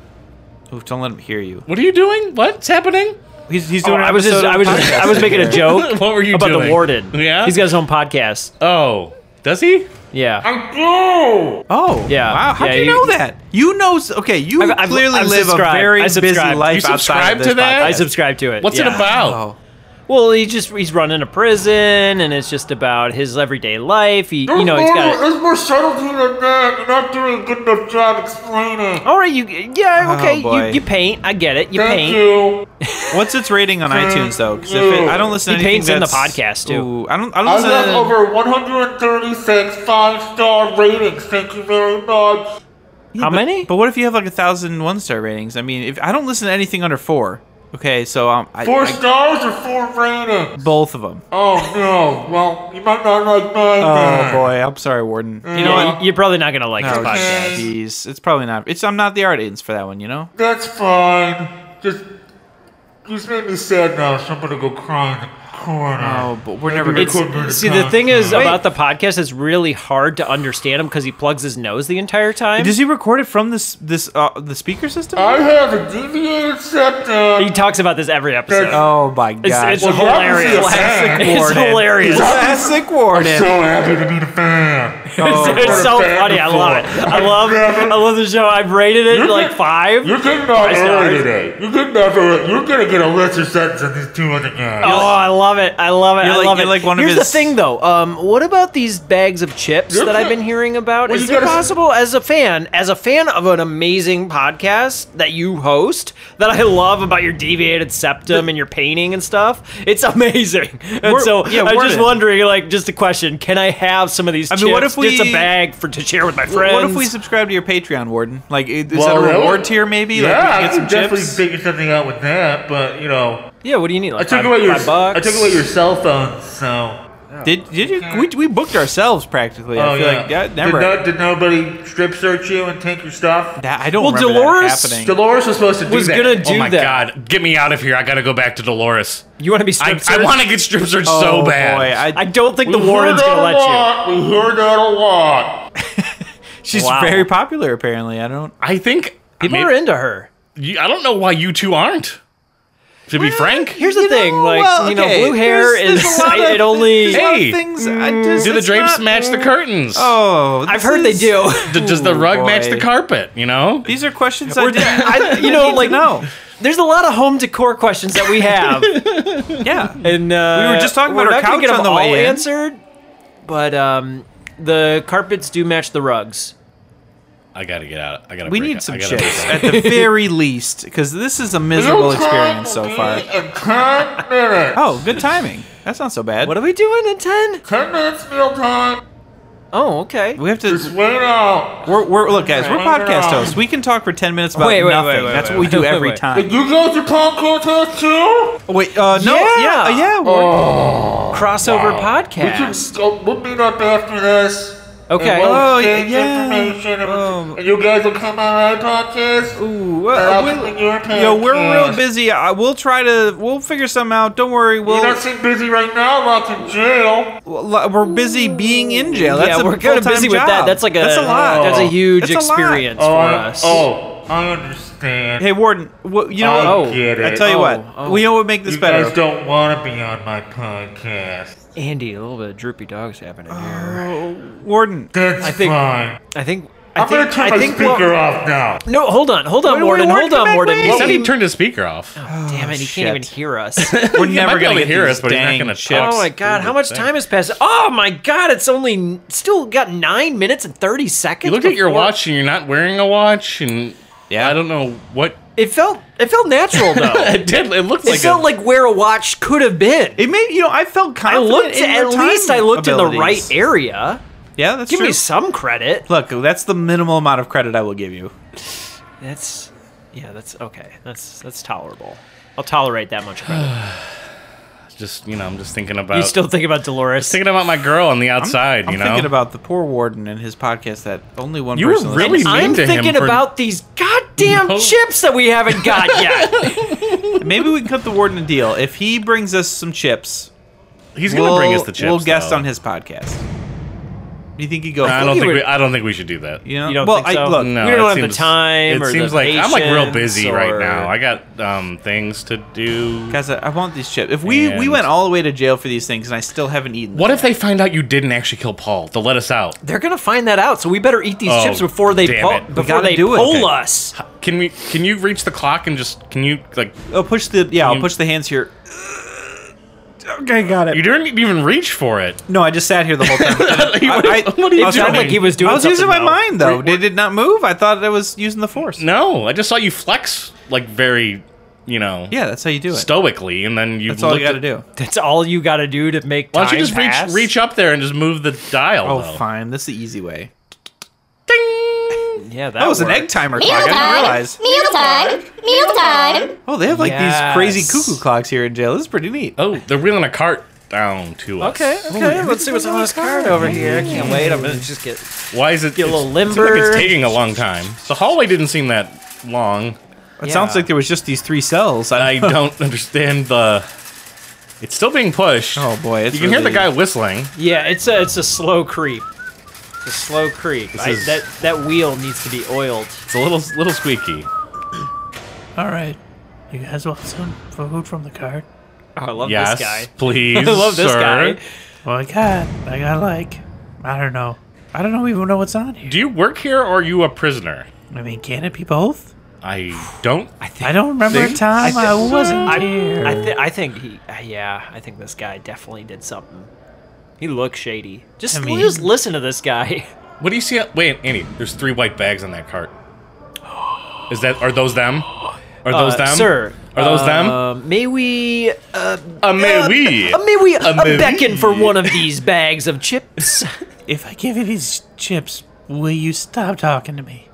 S4: Oof, don't let him hear you.
S1: What are you doing? What's happening?
S4: He's, he's
S3: Oh,
S4: doing. an
S3: I was just,
S4: episode of
S3: I was just,
S4: podcast
S3: I was making a
S4: [laughs] here.
S1: [laughs]
S3: joke
S1: What were you
S3: about
S1: doing?
S3: the Warden.
S1: Yeah.
S3: He's got his own podcast.
S1: Oh, does he?
S3: Yeah.
S6: I do.
S4: Oh
S3: Yeah,
S4: Wow, how
S3: yeah,
S4: do you,
S3: you-
S4: know that? You know. s- Okay, you
S3: I've- I've-
S4: clearly
S3: I've
S4: live a
S3: subscribed.
S4: very
S3: I
S4: busy
S3: subscribe.
S4: life
S1: You
S4: outside
S1: subscribe
S4: of this
S1: to that?
S4: podcast.
S3: I subscribe to it.
S1: What's
S3: yeah.
S1: it about?
S4: Oh,
S3: Well, he just he's running a prison, and it's just about his everyday life. He, you know,
S6: there's,
S3: he's
S6: more,
S3: got.
S6: there's more subtlety than that. You're not doing a good enough job explaining.
S3: All right, you, yeah,
S4: Oh,
S3: okay,
S4: boy.
S3: you, you paint. I get it. You
S6: Thank
S3: paint.
S6: you.
S4: what's its rating on iTunes though? Because if it, I don't listen, to
S3: He
S4: anything
S3: paints in the
S4: that's-
S3: podcast, too.
S4: Ooh, I don't. I don't
S6: I
S4: listen.
S6: have
S4: to-
S6: over 136 five-star ratings. Thank you very much.
S4: Yeah,
S3: How
S4: but-
S3: many?
S4: But what if you have like a thousand one-star ratings? I mean, if I don't listen to anything under four, okay, so um, I,
S6: Four
S4: I-
S6: stars or four ratings?
S4: both of them.
S6: Oh no. Well, you might not like mine.
S4: Oh
S6: then.
S4: boy, I'm sorry, Warden. You
S3: You
S4: know what?
S3: know, you're probably not gonna like
S4: Oh,
S3: this podcast.
S4: jeez, it's probably not. It's I'm not the audience for that one, you know.
S6: That's fine. Just, just made me sad now. So I'm gonna go cry in the corner.
S4: Oh, but we're never.
S6: Maybe
S4: Gonna,
S6: we could move
S3: It's, see, the
S6: time.
S3: thing is
S4: Wait.
S3: about the podcast, it's really hard to understand him because he plugs his nose the entire time.
S4: does he record it from this this uh, the speaker system?
S6: I have a deviated septum.
S3: He talks about this every episode.
S4: oh my god!
S3: it's
S6: Well, that was
S3: hilarious.
S6: a fan.
S3: It's hilarious. [laughs]
S4: Classic Warden. Oh,
S6: So happy to be the fan.
S3: It's so funny. I love it. I love. I love the show. I've rated it like five.
S6: You're getting out early
S3: stars.
S6: today. You're getting out early. You're gonna get a lesser sentence than these two other
S3: Oh,
S6: guys.
S3: I love it! I love it!
S4: You're
S3: I
S4: like-
S3: love
S4: you're
S3: it.
S4: like one of
S3: Here's
S4: his-
S3: the thing, though. Um, what about these bags of chips
S6: You're
S3: that I've
S6: good.
S3: been hearing about?
S6: Well,
S3: Is
S6: you
S3: it
S6: gotta-
S3: possible, as a fan, as a fan of an amazing podcast that you host, that I love about your deviated septum and your painting and stuff? It's amazing. And
S4: We're-
S3: so
S4: yeah,
S3: I'm
S4: we're
S3: just
S4: in.
S3: wondering, like, just a question: Can I have some of these?
S4: I mean, what
S3: chips?
S4: if we-
S3: It's a bag for to share with my friends?
S4: What if we subscribe to your Patreon, Warden? Like, is
S6: Well,
S4: that a
S6: really?
S4: reward tier? Maybe
S6: Yeah,
S4: like, we
S6: I
S4: get some
S6: can definitely
S4: chips.
S6: figure something out with that. But you know,
S3: Yeah. What do you need?
S6: I
S3: Like
S6: took
S3: five,
S6: away your
S3: five bucks.
S6: I took away your cell phone. So.
S4: Did did you? We, we booked ourselves practically.
S6: Oh
S4: I feel
S6: yeah.
S4: like that never.
S6: Did, no, did nobody strip search you and take your stuff?
S4: that, I don't
S3: Well,
S4: remember
S3: Dolores-
S4: that happening.
S6: Dolores was supposed to do
S3: Was
S6: that.
S3: gonna do
S1: oh my
S3: that.
S1: god! Get me out of here! I gotta go back to Dolores.
S3: You want to be
S1: I,
S3: strip
S1: I
S3: searched?
S1: want to get strip searched
S4: oh,
S1: so bad.
S4: Boy, I,
S3: I don't think the
S6: We heard
S3: warden's
S6: that
S3: gonna
S6: a
S3: let you.
S6: lot. We heard that a lot.
S4: She's
S3: Wow.
S4: very popular, apparently. I don't.
S1: I think
S3: People
S1: maybe-
S3: are into her.
S1: you- I don't know why you two aren't. To be frank,
S3: Here's the
S4: You
S3: thing,
S4: know,
S3: like
S4: well,
S3: you know,
S4: okay,
S3: blue hair
S4: there's-
S3: is
S4: there's a lot of-
S3: [laughs] it only.
S4: [laughs] there's a lot of
S1: Hey,
S4: things, I just-
S1: do the
S4: it's
S1: drapes
S4: not-
S1: match the curtains?
S4: Oh,
S3: I've
S4: this
S3: heard they
S4: is-
S3: do.
S1: D- does the
S4: Ooh,
S1: rug match the
S4: boy.
S1: carpet? You know,
S4: These are questions I didn't
S3: [laughs]
S4: [laughs]
S3: I, you know, like
S4: know.
S3: [laughs] There's a lot of home decor questions that we have,
S4: [laughs] Yeah.
S3: and uh,
S4: We were just talking about
S3: we're
S4: our
S3: not gonna get
S4: couch
S3: them
S4: on the way
S3: all
S4: in.
S3: answered, but um, the carpets do match the rugs.
S1: I gotta get out. I gotta.
S4: We
S1: break
S4: need
S1: out.
S4: some
S1: I gotta
S4: chicks
S1: break out.
S4: [laughs] at the very least, because this is a miserable experience so far.
S6: In 10 minutes.
S4: Oh, good timing. That's not so bad.
S3: What are we doing in ten?
S6: 10 minutes meal time.
S3: Oh, okay.
S4: we have
S6: Just
S4: to.
S6: wait out.
S4: We're, we're look, guys. We're
S6: Right.
S4: podcast hosts. We can talk for ten minutes about
S3: Wait, wait, wait,
S4: nothing.
S3: wait,
S4: That's
S3: wait,
S4: what we do
S3: [laughs] wait,
S4: every
S3: wait.
S4: time.
S6: You go to punk contest too? Oh.
S4: Wait, uh, no,
S3: Yeah. Oh,
S4: yeah, yeah. we're-
S3: Crossover
S6: We can
S3: podcast.
S6: go, we'll meet up after this.
S3: Okay.
S6: And we'll
S4: Oh,
S6: exchange
S4: yeah.
S6: information and-
S4: Oh.
S6: And you guys will come on our podcast.
S4: Ooh, uh,
S6: Yeah,
S4: we'll-
S6: we're in your
S4: yo, we're
S3: Uh,
S6: podcast.
S4: real busy. I, we'll try to. We'll figure some out. Don't worry. We'll
S6: You're not seem busy right now, lots in jail.
S4: Well, we're busy being in jail. That's
S3: yeah,
S4: a
S3: we're kind of
S4: full-time
S3: busy with that.
S4: job.
S3: That's like a
S4: that's a lot.
S3: That's a huge
S4: That's a lot.
S3: experience
S6: oh,
S3: for
S6: I,
S3: us.
S6: oh, I understand.
S4: Hey Warden, wha- you know
S6: I
S4: what?
S3: oh,
S6: get it.
S4: I tell you
S3: oh,
S4: what,
S3: oh.
S4: we know what would make this
S6: you
S4: better.
S6: guys don't want to be on my podcast.
S3: Andy, a little bit of droopy dogs happening here. [laughs]
S4: Warden,
S6: That's
S3: I think-
S6: fine.
S3: I think. I
S6: I'm gonna
S3: think.
S6: turn
S3: I
S6: my
S3: think.
S6: speaker
S3: we'll-
S6: off now.
S3: no, hold on, hold on,
S4: wait,
S3: Warden,
S4: Warden,
S3: hold
S4: come
S3: on,
S4: back,
S3: Warden.
S4: wait.
S3: He
S1: He said he
S3: even-
S1: turned his speaker off.
S4: Oh,
S3: Damn it, he
S4: shit.
S3: can't even hear us.
S4: we're
S1: might
S4: never
S1: be able
S4: gonna
S1: to
S4: get
S1: hear
S4: these
S1: us, but he's not
S4: dang
S1: gonna
S4: chips.
S1: talk.
S3: oh my god, how much time has passed? Oh my god, it's only still got nine minutes and thirty seconds.
S1: You look at your
S3: before-
S1: watch and you're not wearing a watch, and yeah, I don't know what. [laughs]
S3: It felt it felt natural though.
S1: it did. It looked
S3: it
S1: like.
S3: felt
S1: a-
S3: like where a watch could have been.
S4: It made you know I felt
S3: I
S4: confident.
S3: looked
S4: in
S3: at
S4: your time
S3: least I looked in the
S4: abilities.
S3: right area.
S4: Yeah, that's
S3: Give
S4: true.
S3: me some credit.
S4: Look, that's the minimal amount of credit I will give you.
S3: That's yeah, that's okay. That's that's tolerable. I'll tolerate that much credit.
S1: just you know, I'm just thinking about.
S3: you still think about Dolores?
S1: thinking about my girl on the outside.
S4: I'm
S1: you know,
S4: thinking about the poor warden and his podcast that only one
S1: You were
S4: person.
S1: really
S4: listens
S1: mean
S3: I'm
S1: to him
S3: thinking
S1: for-
S3: about these goddamn
S1: No.
S3: chips that we haven't [laughs] got yet.
S4: to. Maybe we can cut the warden a deal if he brings us some chips.
S1: he's gonna
S4: we'll,
S1: bring us the chips.
S4: We'll guest
S1: though.
S4: on his podcast. You think he'd go?
S1: I
S4: for
S1: don't
S4: it?
S1: think
S3: would-
S1: we. I don't think we should do that.
S4: You know,
S3: You don't
S4: well,
S3: think so?
S4: I, look,
S1: No,
S3: we don't
S1: it
S3: have the
S1: seems-
S3: time
S1: It
S3: or the
S1: seems like I'm like real
S3: patience
S1: busy
S3: or-
S1: right now. I got um things to do.
S4: Guys, I, I want these chips. If we we
S1: And-
S4: went all the way to jail for these things, and I still haven't eaten.
S1: What if they find out you didn't actually kill Paul? They'll let us out.
S3: They're gonna find that out, so we better eat these
S1: Oh,
S3: chips before they
S1: damn
S3: po-
S1: it. We
S3: before
S4: gotta
S3: they
S4: do it.
S3: pull
S1: Okay.
S3: us.
S1: Can we? Can you reach the clock and just? Can you like?
S4: them? I'll Oh, push the yeah. I'll
S1: You-
S4: push the hands here. Okay, got
S1: You
S4: it.
S1: didn't even reach for it.
S4: No, I just sat here the
S1: [laughs]
S4: whole time.
S1: Like, what,
S4: I-
S1: what are you
S4: I was
S1: doing?
S4: trying
S3: Sounded like he was doing.
S4: I was using my
S3: something, though.
S4: mind though.
S1: Wait,
S4: Did it not move? I thought I was using the force.
S1: no, I just saw you flex like very, you know,
S4: Yeah, that's how you do it.
S1: stoically, and then you.
S4: That's all you
S1: looked
S4: got to
S1: at-
S4: do.
S3: That's all you got to do to make time
S1: Why don't you just
S3: pass?
S1: reach reach up there and just move the dial?
S4: Oh,
S1: though?
S4: fine. That's the easy way.
S1: Ding!
S3: Yeah, that,
S4: That was an
S3: worked.
S4: egg timer clock.
S7: Meal
S4: I didn't
S7: time.
S4: realize.
S7: Meal time. Meal time.
S4: Oh, they have like
S3: Yes.
S4: these crazy cuckoo clocks here in jail. This is pretty neat.
S1: Oh, they're wheeling a cart down to us.
S3: Okay, okay. let's see what's on this card over here. I can't wait. I'm gonna just get.
S1: Why is it
S3: a little
S1: it's- seems like
S3: limber.
S1: it's taking a long time. The hallway didn't seem that long.
S4: It sounds
S3: Yeah.
S4: like there was just these three
S3: [laughs]
S4: cells.
S1: I don't understand the. It's still being pushed.
S4: Oh boy, it's
S1: you can hear the
S4: really-
S1: guy whistling.
S3: Yeah, it's a it's a slow creep. It's a slow creep. I,
S1: is-
S3: That that wheel needs to be oiled.
S1: It's a little little squeaky.
S5: All right. You guys want some food from the cart?
S3: Oh, I love
S1: yes,
S3: this guy. [laughs]
S1: please.
S3: I love this
S1: sir.
S3: guy.
S5: Well, I got, I got like, I don't know. I don't know even know what's on here.
S1: Do you work here or are you a prisoner?
S5: I mean, can it be both?
S1: I don't.
S5: I don't remember a time I, wasn't here.
S3: I, th- I think he. uh, yeah, I think this guy definitely did something. He looks shady. Just,
S5: I mean-
S3: just listen to this guy.
S1: What do you see? Wait, Andy. There's three white bags on that cart. Is that? Are those them? Are
S3: [laughs]
S1: those
S3: Uh,
S1: them?
S3: Sir.
S1: Are those them?
S3: uh, May we. Uh,
S1: Uh, may we?
S3: uh, may we. Uh,
S1: may
S3: beckon
S1: we?
S3: for one of these bags of chips.
S1: [laughs]
S5: if I give you these chips, will you stop talking to me?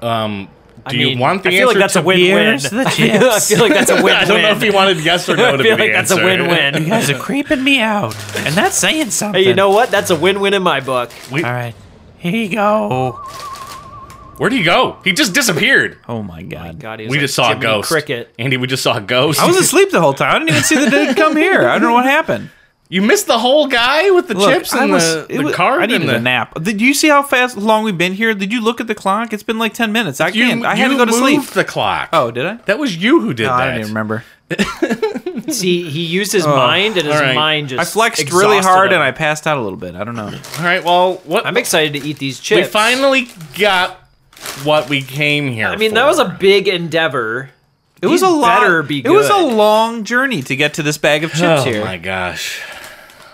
S1: Um, do
S3: mean,
S1: you want the
S3: I feel like
S1: answer
S3: that's
S1: to
S3: a win-win. [laughs]
S5: Here's the
S3: I
S5: chips.
S3: feel like that's a
S1: [laughs]
S3: win-win.
S1: [laughs] I don't know
S3: [laughs]
S1: if he wanted yes or no
S3: I
S1: to be
S3: feel
S1: the
S3: like that's a
S1: answer. [laughs]
S5: You
S3: win-win.
S5: guys are creeping me out, and that's saying something.
S3: hey, you know what? That's a win-win in my book.
S5: All right, here you go.
S1: Where'd he go? He just disappeared.
S4: Oh my god.
S3: God, he was
S1: we
S3: like
S1: just saw
S3: Jiminy
S1: a ghost.
S3: Cricket.
S1: Andy, we just saw a ghost.
S4: I was asleep the whole time. I didn't even see the day come here. I don't know what happened.
S1: You missed the whole guy with the
S4: Look,
S1: chips
S4: I
S1: and
S4: was-
S1: the,
S4: it
S1: the
S4: was-
S1: card
S4: I needed
S1: and the
S4: a nap. Did you see how fast long we've been here? Did you look at the clock? It's been like ten minutes. I
S1: You,
S4: can't. I
S1: you
S4: had to go to sleep.
S1: moved The clock.
S4: Oh, did I?
S1: that was you who did
S4: No,
S1: that.
S4: I don't even remember.
S3: See, he used his mind, and his
S1: Oh, all right.
S3: mind just.
S4: I flexed really
S3: exhausted
S4: hard
S3: him.
S4: and I passed out a little bit. I don't know.
S1: All right. Well, what
S3: I'm excited to eat these
S1: we
S3: chips.
S1: finally got what we came here.
S3: I mean, that was a big endeavor.
S4: It was a
S3: These
S4: lot.
S3: better be
S4: It was a
S3: good.
S4: long journey to get to this bag of
S1: Oh
S4: chips here.
S1: my gosh.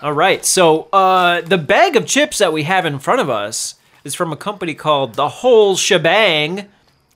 S3: All right, so uh, the bag of chips that we have in front of us is from a company called The Whole Shebang,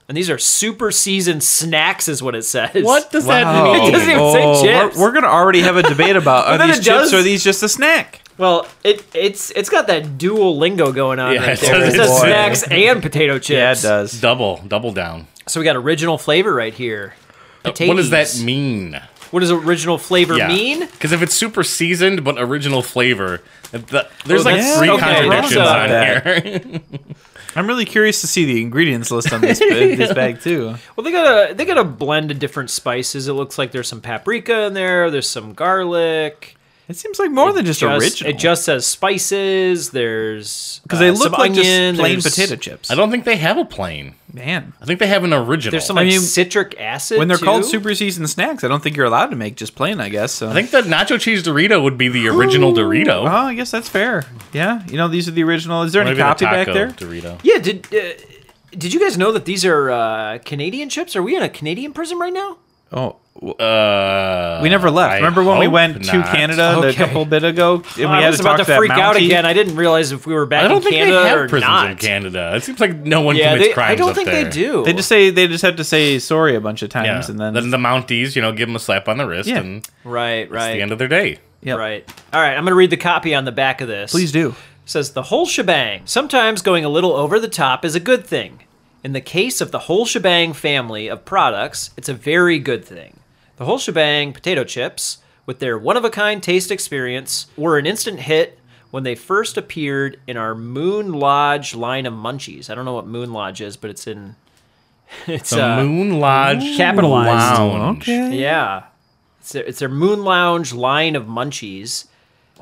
S3: and these are super seasoned snacks, is what it says.
S1: What does
S4: Wow.
S1: that mean?
S3: [laughs] It doesn't even say chips.
S4: Oh, We're, we're gonna already have a
S3: [laughs]
S4: debate about are
S3: then
S4: these
S3: it
S4: chips
S3: does-
S4: or are these just a snack?
S3: Well, it it's it's got that dual lingo going on
S1: Yeah,
S3: right
S1: it
S3: there.
S1: does.
S3: It says
S1: Boy.
S3: snacks and
S4: [laughs]
S3: potato chips.
S4: does.
S1: Double, double down.
S3: So we got original flavor right here.
S1: What does that
S3: Potatoes.
S1: mean?
S3: What does original flavor mean?
S1: Because if it's super seasoned but original flavor, if the, there's like
S4: that's-
S1: three
S3: okay,
S1: contradictions
S3: wrong
S1: on
S3: about
S1: here. [laughs]
S4: I'm really curious to see the ingredients list on this, this bag
S3: [laughs]
S4: too.
S3: Well, they got a they got a blend of different spices. It looks like there's some paprika in there. There's some garlic.
S4: It seems like more than just, original.
S3: It just says spices. There's
S4: because they
S3: uh,
S4: look
S3: some
S4: like
S3: onion,
S4: just plain
S3: there's-
S4: potato chips.
S1: I don't think they have a plain.
S4: man.
S1: I think they have an original.
S3: There's some
S4: I
S3: like
S4: mean,
S3: citric acid.
S4: When they're
S3: too.
S4: called super seasoned snacks, I don't think you're allowed to make just plain. I guess. So.
S1: I think the nacho cheese Dorito would be the original
S4: Oh,
S1: Dorito.
S4: I guess that's fair. Yeah, you know these are the original. Is there
S1: Or
S4: any
S1: maybe
S4: copy
S1: the
S4: back
S1: taco
S4: there?
S1: Dorito.
S3: Yeah. Did uh, did you guys know that these are uh, Canadian chips? Are we in a Canadian prison right now?
S4: Oh,
S1: Uh,
S4: we never left.
S1: I
S4: Remember when we
S1: hope
S4: went to
S1: not.
S4: Canada a
S3: Okay.
S4: couple bit ago, and we
S3: Oh, I
S4: had
S3: was
S4: to
S3: about
S4: talk
S3: to,
S4: that
S3: freak out
S4: Mountie?
S3: again. I didn't realize if we were back
S1: I don't
S3: in
S1: think
S3: Canada
S1: they have
S3: or
S1: prisons
S3: not.
S1: in Canada. It seems like no one
S3: Yeah,
S1: commits
S3: they,
S1: crimes
S3: I don't
S1: up
S3: think
S1: there.
S3: they do.
S4: They just say they just have to say sorry a bunch of
S1: Yeah.
S4: times, and then,
S1: the Mounties, you know, give them a slap on the wrist,
S4: Yeah.
S1: and
S3: right,
S1: it's
S3: right,
S1: the end of their day.
S4: Yep.
S3: right. All right, I'm gonna read the copy on the back of this.
S4: please do.
S3: says the whole shebang. Sometimes going a little over the top is a good thing. In the case of the whole shebang family of products, it's a very good thing. The whole shebang potato chips, with their one of a kind taste experience, were an instant hit when they first appeared in our Moon Lodge line of munchies. I don't know what Moon Lodge is, but it's in. [laughs] It's
S1: The
S3: uh,
S1: Moon Lodge
S5: Capitalized.
S1: Lounge.
S3: yeah. It's their, it's their Moon Lounge line of munchies.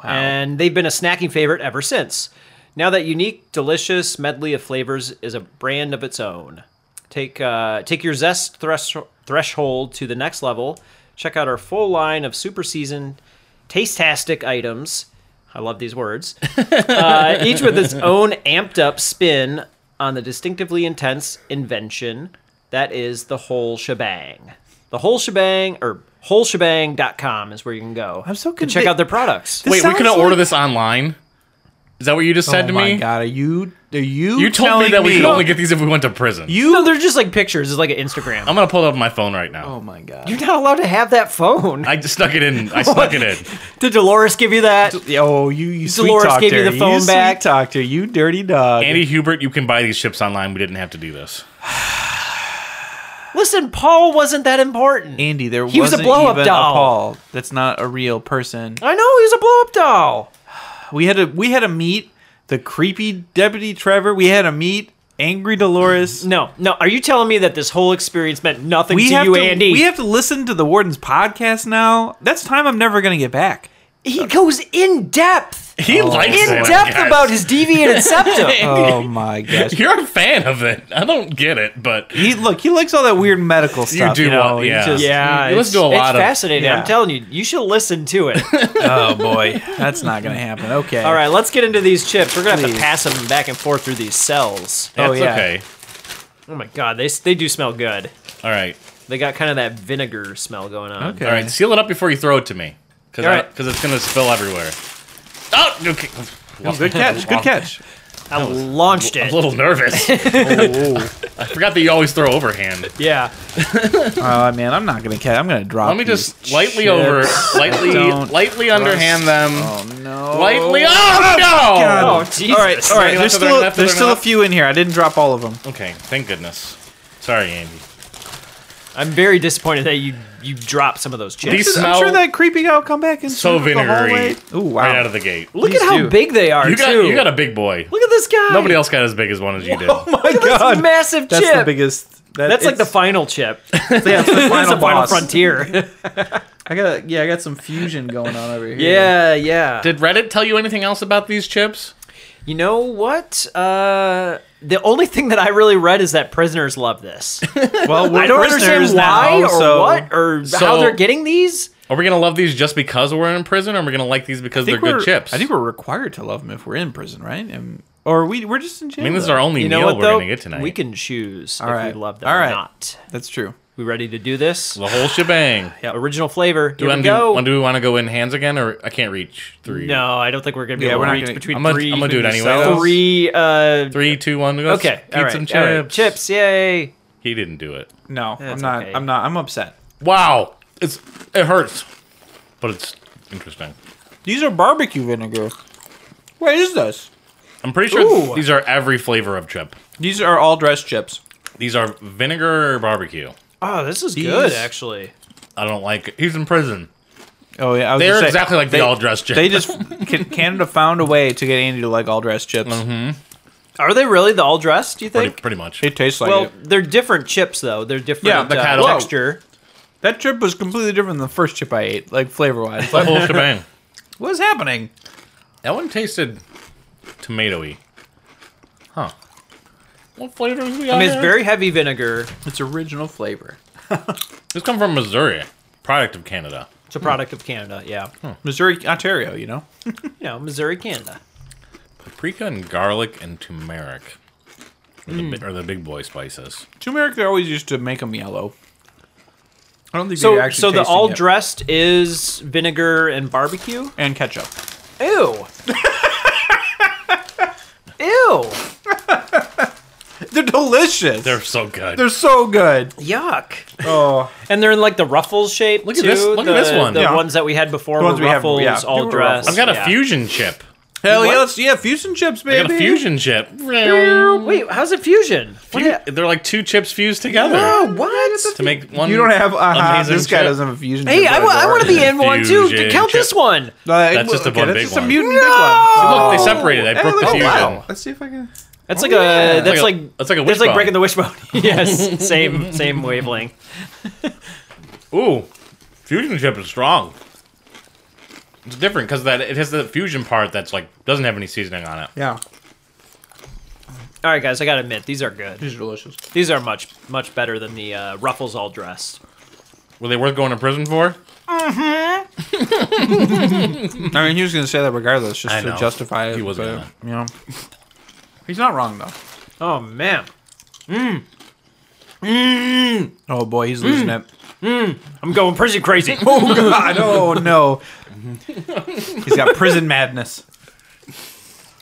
S3: And they've been a snacking favorite ever since. Now that unique, delicious medley of flavors is a brand of its own. Take uh, take your zest thresh- threshold to the next level. Check out our full line of super seasoned, tastastic items. I love these
S4: [laughs]
S3: words. Uh, each with its own amped up spin on the distinctively intense invention that is the whole shebang. The whole shebang or wholeshebang.com is where you can go. I'm
S4: so
S3: to check
S4: convi-
S3: out their products.
S4: This
S1: Wait, we
S4: sounds
S1: couldn't order
S4: like-
S1: this online. Is that what you just said
S4: Oh
S1: to
S4: my
S1: me?
S4: god, are you are you
S1: You told me
S4: telling
S1: that we could only get these if we went to prison.
S4: you?
S3: no, they're just like pictures. It's like an Instagram.
S1: I'm gonna pull it up on my phone right now.
S4: oh my god.
S3: You're not allowed to have that
S4: [laughs]
S3: phone.
S1: I just snuck it in. I snuck it in.
S3: Did Dolores give you that?
S4: Oh, you, you sweet
S3: Dolores
S4: talked
S3: gave you
S4: her.
S3: the phone
S4: sweet
S3: back.
S4: talked her. You dirty dog.
S1: Andy Hubert, you can buy these chips online. We didn't have to do this.
S3: Listen, Paul wasn't that important.
S4: Andy, there
S3: He was a
S4: wasn't
S3: blow-up
S4: even
S3: doll.
S4: a Paul. That's not a real person.
S3: I know he was a blow up doll.
S4: We had to we had to meet the creepy deputy Trevor. We had to meet angry Dolores.
S3: No, no. Are you telling me that this whole experience meant nothing
S4: We
S3: Mm-hmm. to
S4: have
S3: you,
S4: to
S3: Andy?
S4: we have to listen to the warden's podcast now. That's time I'm never gonna get back.
S3: he goes in
S4: [laughs]
S3: depth,
S1: He likes
S3: in
S1: it. I
S3: depth
S1: guess.
S3: about his deviated septum.
S4: Oh my gosh.
S1: You're a fan of it. I don't get it, but
S4: He look. He likes all that weird medical stuff.
S1: do
S4: You, know?
S1: want-
S4: Oh, He
S1: yeah.
S4: just-
S3: Oh, Yeah,
S1: You listen to a
S3: it's-
S1: lot
S3: It's
S1: of-
S3: fascinating.
S4: yeah.
S3: I'm telling you, you should listen to
S4: [laughs]
S3: it.
S4: Oh boy, [laughs] that's not gonna happen. Okay.
S3: All right, let's get into these chips. We're gonna have to
S4: Please.
S3: pass them back and forth through these cells.
S1: that's
S4: oh, yeah.
S1: okay.
S3: Oh my god, they s- they do smell good.
S1: All right,
S3: They got kind of that vinegar smell going on.
S4: Okay.
S1: all right. Seal it up before you throw it to me, because
S3: All right.
S1: because it's gonna spill everywhere. Oh, okay. [laughs]
S4: Good catch. Good catch.
S3: I launched
S1: I'm
S3: it.
S1: a little
S4: [laughs]
S1: nervous. I forgot that you always throw overhand.
S3: yeah.
S4: Oh man, I'm not gonna catch. I'm gonna drop.
S1: Let me
S4: these
S1: just lightly
S4: chips.
S1: over, [laughs] lightly,
S4: Don't
S1: lightly underhand them,
S4: Oh no.
S1: lightly. Oh no!
S3: Oh
S4: God.
S3: Jesus.
S4: All right. All right.
S1: They're left,
S4: There's
S1: they're
S4: still
S1: left,
S4: there's
S1: they're
S4: still a
S1: left.
S4: few in here. I didn't drop all of them.
S1: Okay, thank goodness. Sorry, Andy.
S3: I'm very disappointed that you you dropped some of those chips.
S1: These smell
S4: I'm sure that creepy guy will come back and
S1: so
S4: sweep the hallway.
S1: vinegary
S4: Ooh wow.
S1: right out of the gate.
S3: Look at
S4: these
S3: how
S4: do.
S3: big they are
S1: You got,
S3: too.
S1: you got a big boy.
S3: Look at this guy.
S1: Nobody else got as big as one as you did.
S4: [laughs] oh my
S3: Look at
S4: god.
S3: this massive
S4: that's
S3: chip.
S4: the biggest. that-
S3: That's like the
S4: [laughs] it's-
S3: final chip.
S4: yeah, it's the final [laughs]
S3: That's the final
S4: boss.
S3: frontier.
S8: I got yeah, I got some fusion going on over here.
S3: Yeah, yeah.
S1: Did Reddit tell you anything else about these chips?
S3: You know what? Uh, the only thing that I really read is that prisoners love this.
S4: [laughs] [laughs] Well, we're
S3: I don't understand
S4: prisoners
S3: why
S4: now,
S3: or
S4: so
S3: what or how
S1: So-
S3: they're getting these.
S1: Are we gonna love these just because we're in prison, or are we gonna like these because
S4: I think
S1: they're good
S4: we're-
S1: chips?
S4: I think we're required to love them if we're in prison, right? And, or we we're just in
S1: I
S4: jail.
S1: mean, this is
S4: though.
S1: our only
S3: You know
S1: meal
S3: what
S1: we're
S3: though?
S1: gonna get tonight.
S3: We can choose
S4: All
S3: if
S4: right.
S3: we love them
S4: All
S3: or
S4: right.
S3: not.
S4: That's true.
S3: We ready to do this?
S1: the whole shebang.
S3: Yeah, original flavor.
S1: Do
S3: [laughs] Here
S1: we,
S3: we
S1: wanna
S3: go.
S1: do, wanna- do we want to go in hands again, or I can't reach three?
S3: no, I don't think we're gonna be
S4: Yeah,
S3: able
S4: we're
S3: to
S4: not
S3: reach
S4: gonna-
S3: between
S1: I'm gonna,
S3: three,
S1: I'm gonna do it anyway.
S4: those.
S3: three. Uh,
S1: Three, two, one. Let's
S3: okay,
S1: eat
S3: all right,
S1: some chips.
S3: all right. Chips, yay!
S1: He didn't do it.
S4: No, I'm
S3: That's
S4: not.
S3: okay.
S4: I'm not. I'm upset.
S1: Wow, it's it hurts, but it's interesting.
S4: These are barbecue vinegar. What is this?
S1: I'm pretty sure these are every flavor of chip.
S4: These are all dress chips.
S1: These are vinegar or barbecue.
S3: Oh, this is
S4: These-
S3: good actually.
S1: I don't like it. He's in prison.
S4: Oh yeah, I was
S1: They're
S4: gonna say,
S1: exactly like
S4: they,
S1: the all dressed chip.
S4: They just Can- Canada found a way to get Andy to like all dress chips.
S3: Mm-hmm. Are they really the all dressed? Do you
S1: pretty,
S3: think?
S1: pretty much.
S4: It tastes like
S3: well,
S4: it.
S3: they're different chips though. They're different
S4: Yeah, the
S3: uh,
S1: catalog.
S3: texture.
S4: That chip was completely different than the first chip I ate, like flavor wise.
S1: The
S3: [laughs]
S1: whole shebang.
S4: What's happening?
S1: That one tasted tomatoey. Huh. What flavors we got?
S3: I mean, it's
S1: here?
S3: very heavy vinegar.
S4: It's original flavor.
S1: This come from Missouri, product of Canada.
S3: It's a product of Canada. Yeah,
S1: Hmm.
S4: Missouri, Ontario, you know?
S3: you know, Missouri, Canada.
S1: Paprika and garlic and turmeric are, the, bi- are the big boy spices.
S4: Turmeric, they always used to make them yellow. I don't think they
S3: So,
S4: actually
S3: so the
S4: tasting
S3: all
S4: it.
S3: dressed is vinegar and barbecue.
S4: and ketchup.
S3: [laughs] Ew. Ew.
S4: They're delicious.
S1: They're so good.
S4: They're so good.
S3: Yuck.
S4: Oh,
S3: And they're in like the ruffles shape.
S1: Look at
S3: too.
S1: this- look at
S3: The-
S1: this one.
S3: The
S4: Yeah.
S3: ones that we had before
S4: The
S3: were
S4: ones we have-
S3: ruffles,
S4: yeah, they
S3: all
S4: were
S3: dressed.
S4: ruffles.
S1: I've got a
S3: yeah.
S1: fusion chip.
S4: hell yeah! Let's, yeah, fusion chips,
S1: I
S4: baby.
S1: got a fusion chip.
S3: Wait, how's it fusion? What
S1: Fu-
S3: the-
S1: They're like two chips fused together
S4: Oh, what?
S1: to make one.
S4: You don't have. Uh-huh,
S1: amazing
S4: this guy
S1: chip.
S4: doesn't have a fusion.
S3: Hey,
S4: chip,
S3: I
S4: but it's
S3: want to be
S4: alright.
S3: in one too.
S1: Fusion
S3: Count
S1: chip.
S3: this one.
S4: Like,
S1: That's just a
S4: okay,
S1: one
S4: that's
S1: big
S4: just
S1: one.
S4: a mutant big one.
S1: Look, they separated. I broke the
S4: Oh,
S1: fusion.
S4: wow. Let's see if I can.
S3: That's like a that's
S1: It's Oh, like
S3: like,
S1: a- that's like a
S3: that's like
S1: wishbone.
S3: breaking the wishbone. [laughs]
S1: [laughs]
S3: yes, same same wavelength.
S1: Ooh, fusion chip is strong. It's different because that it has the fusion part that's like doesn't have any seasoning on it.
S4: Yeah,
S3: All right, guys, I gotta admit these are good.
S4: these are delicious.
S3: These are much much better than the uh, ruffles all dressed.
S1: Were they worth going to prison for?
S4: I mean, he was going to say that regardless, just
S1: I
S4: to
S1: know.
S4: justify it.
S1: He was
S4: but,
S1: gonna.
S4: You know, he's not wrong though.
S3: Oh man,
S4: Oh boy, he's losing it.
S3: I'm going
S1: [laughs]
S3: prison crazy.
S4: [laughs] Oh god, oh no. he's got prison madness.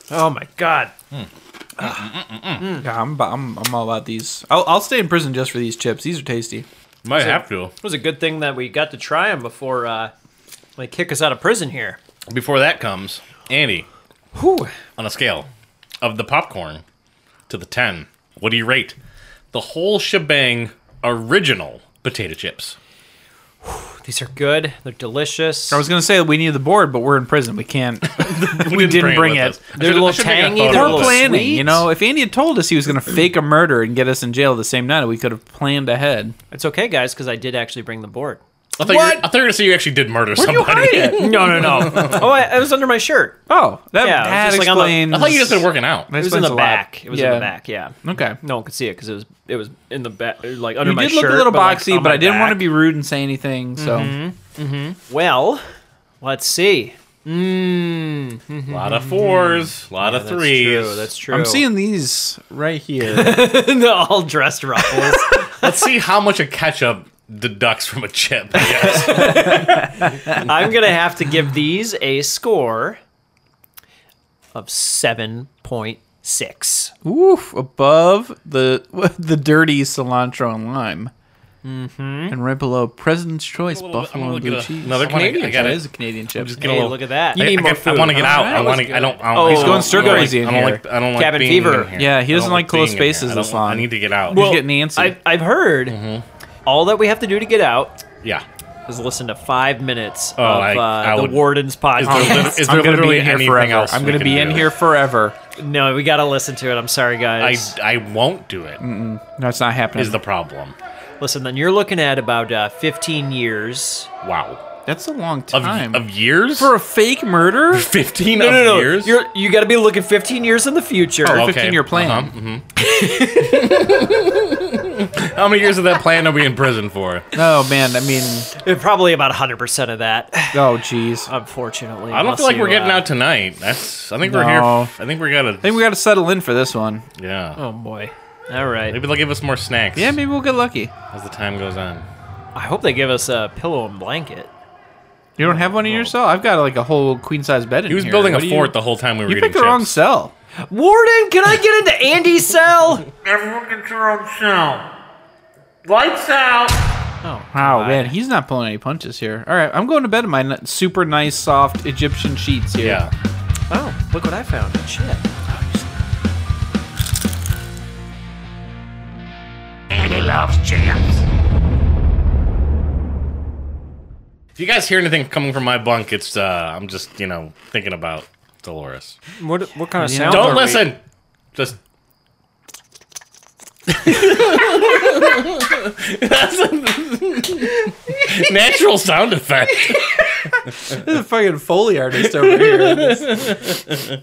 S3: oh my god.
S4: Yeah, I'm, about, I'm, I'm all about these. I'll, I'll stay in prison just for these chips. These are tasty.
S1: Might have to.
S3: It was a good thing that we got to try them before uh, they kick us out of prison here.
S1: Before that comes, Andy,
S3: Whew.
S1: on a scale of the popcorn to the ten, what do you rate the whole shebang original potato chips?
S3: These are good. They're delicious.
S4: I was going to say that we need the board, but we're in prison. We can't.
S1: We, didn't,
S4: bring it.
S1: with us. I
S3: They're
S1: should've- I
S3: a little
S1: should've taken a
S3: tangy,
S1: photo
S3: they're a
S1: of
S4: Poor
S3: little
S1: it.
S4: planning.
S3: sweet.
S4: You know, if Andy had told us he was going [clears throat] to fake a murder and get us in jail the same night, we could have planned ahead.
S3: It's okay, guys, because I did actually bring the
S4: [laughs]
S3: board.
S1: I thought, You were, I thought you were gonna say you actually did murder
S4: Where'd you
S1: somebody.
S4: hide it?
S3: No, no, no. oh, I, it was under my shirt.
S4: Oh, that,
S3: Yeah, it was
S4: that
S3: just like on the-
S1: [laughs]
S4: explains.
S1: I thought you just been working out.
S3: It was in the back. It was in
S4: Yeah.
S3: the back. Yeah.
S4: Okay.
S3: No one could see it because it was it was in the back, like under
S4: You
S3: my
S4: did
S3: shirt.
S4: look a little
S3: like,
S4: boxy,
S3: on
S4: but
S3: my
S4: I didn't want to
S3: back. Mm-hmm.
S4: be rude and say anything. So
S3: Well, let's see. Mmm.
S1: A lot of fours, a lot of threes.
S3: True, that's true.
S4: I'm seeing these right [laughs] here.
S3: [laughs] the all dressed
S4: [laughs]
S3: ruffles.
S1: Let's see how much a ketchup deducts from a chip.
S4: [laughs]
S1: I guess.
S3: I'm gonna have to give these a score of seven point six.
S4: Oof! Above the [laughs] the dirty cilantro and lime, mm-hmm. and right below President's Choice
S1: little bit- I'm
S4: buffalo
S1: gonna
S4: and blue
S1: get a-
S4: cheese.
S1: another
S4: I wanna
S1: Canadian chip.
S4: get it. That is a Canadian chip.
S1: Just get a
S3: Hey,
S1: little-
S3: look at that.
S1: I, I, want to get out. I want to. I don't. I don't
S3: Oh,
S1: he's
S3: he's
S4: going stir crazy in
S1: I don't
S4: here.
S1: like. I don't like
S3: Cabin
S1: being
S3: fever.
S1: in here.
S4: Yeah,
S1: I
S4: he
S1: don't
S4: doesn't like closed
S1: being in here.
S4: spaces
S1: I don't
S4: this
S1: want- I
S4: long.
S1: need to get out.
S4: Well- getting antsy.
S3: I, I've heard all that we have to do to get out
S1: yeah.
S3: is listen to five minutes
S1: Oh,
S3: of
S1: I-
S3: uh,
S1: I
S3: the
S1: would-
S3: Warden's
S1: Is there,
S3: podcast. [laughs]
S1: lit- is
S4: I'm
S1: there
S4: gonna be
S1: literally
S4: in here
S1: anything
S4: forever.
S1: else?
S4: I'm
S1: we
S4: gonna
S1: can
S4: be in
S1: do?
S4: here forever.
S3: no, we gotta listen to it. I'm sorry,
S1: I.
S3: guys.
S1: I won't do it. Is
S4: No, it's not happening.
S1: the problem?
S3: Listen, then you're looking at about uh, 15 years
S1: Wow.
S4: That's a long
S1: Of,
S4: time
S1: of years?
S4: for a fake
S3: [laughs]
S4: murder.
S1: 15
S3: No,
S1: of
S3: no, no.
S1: years?
S3: You're, you got to be looking 15 years in the future.
S1: Oh, okay.
S4: 15-year plan.
S1: mhm. [laughs] How many years of that plan are we in prison for?
S4: Oh man, I mean,
S3: Eh, Probably about 100% of that,
S4: oh jeez. I
S3: unfortunately.
S1: I don't
S3: unless
S1: feel like
S3: you,
S1: we're getting
S3: uh,
S1: out tonight. That's. I think we're here.
S4: No.
S1: I think we gotta.
S4: think we got to settle in for this one.
S1: yeah.
S3: Oh, boy. All right.
S1: Maybe they'll give us more snacks.
S4: Yeah, maybe we'll get lucky.
S1: As the time goes on.
S3: I hope they give us a pillow and blanket.
S4: You don't have one in your cell? I've got like a whole queen size bed in
S1: He was
S4: here.
S1: building
S4: What
S1: a
S4: do
S1: fort
S4: You,
S1: the whole time we were
S4: you
S1: eating
S4: picked the wrong
S1: chips.
S4: cell.
S3: Warden, can I get into Andy's cell?
S6: Everyone get your own cell. Lights out.
S4: Wow, man, he's not pulling any punches here. All right, I'm going to bed in my n- super nice, soft Egyptian sheets here.
S1: Yeah.
S3: [laughs] Oh, look what I found. Shit.
S1: If you guys hear anything coming from my bunk, it's uh I'm just, you know, thinking about Dolores.
S3: What, what kind of sound?
S1: Don't
S3: are we-
S1: listen. Just [laughs] That's a [laughs] natural sound effect.
S4: This is a fucking foley artist over here.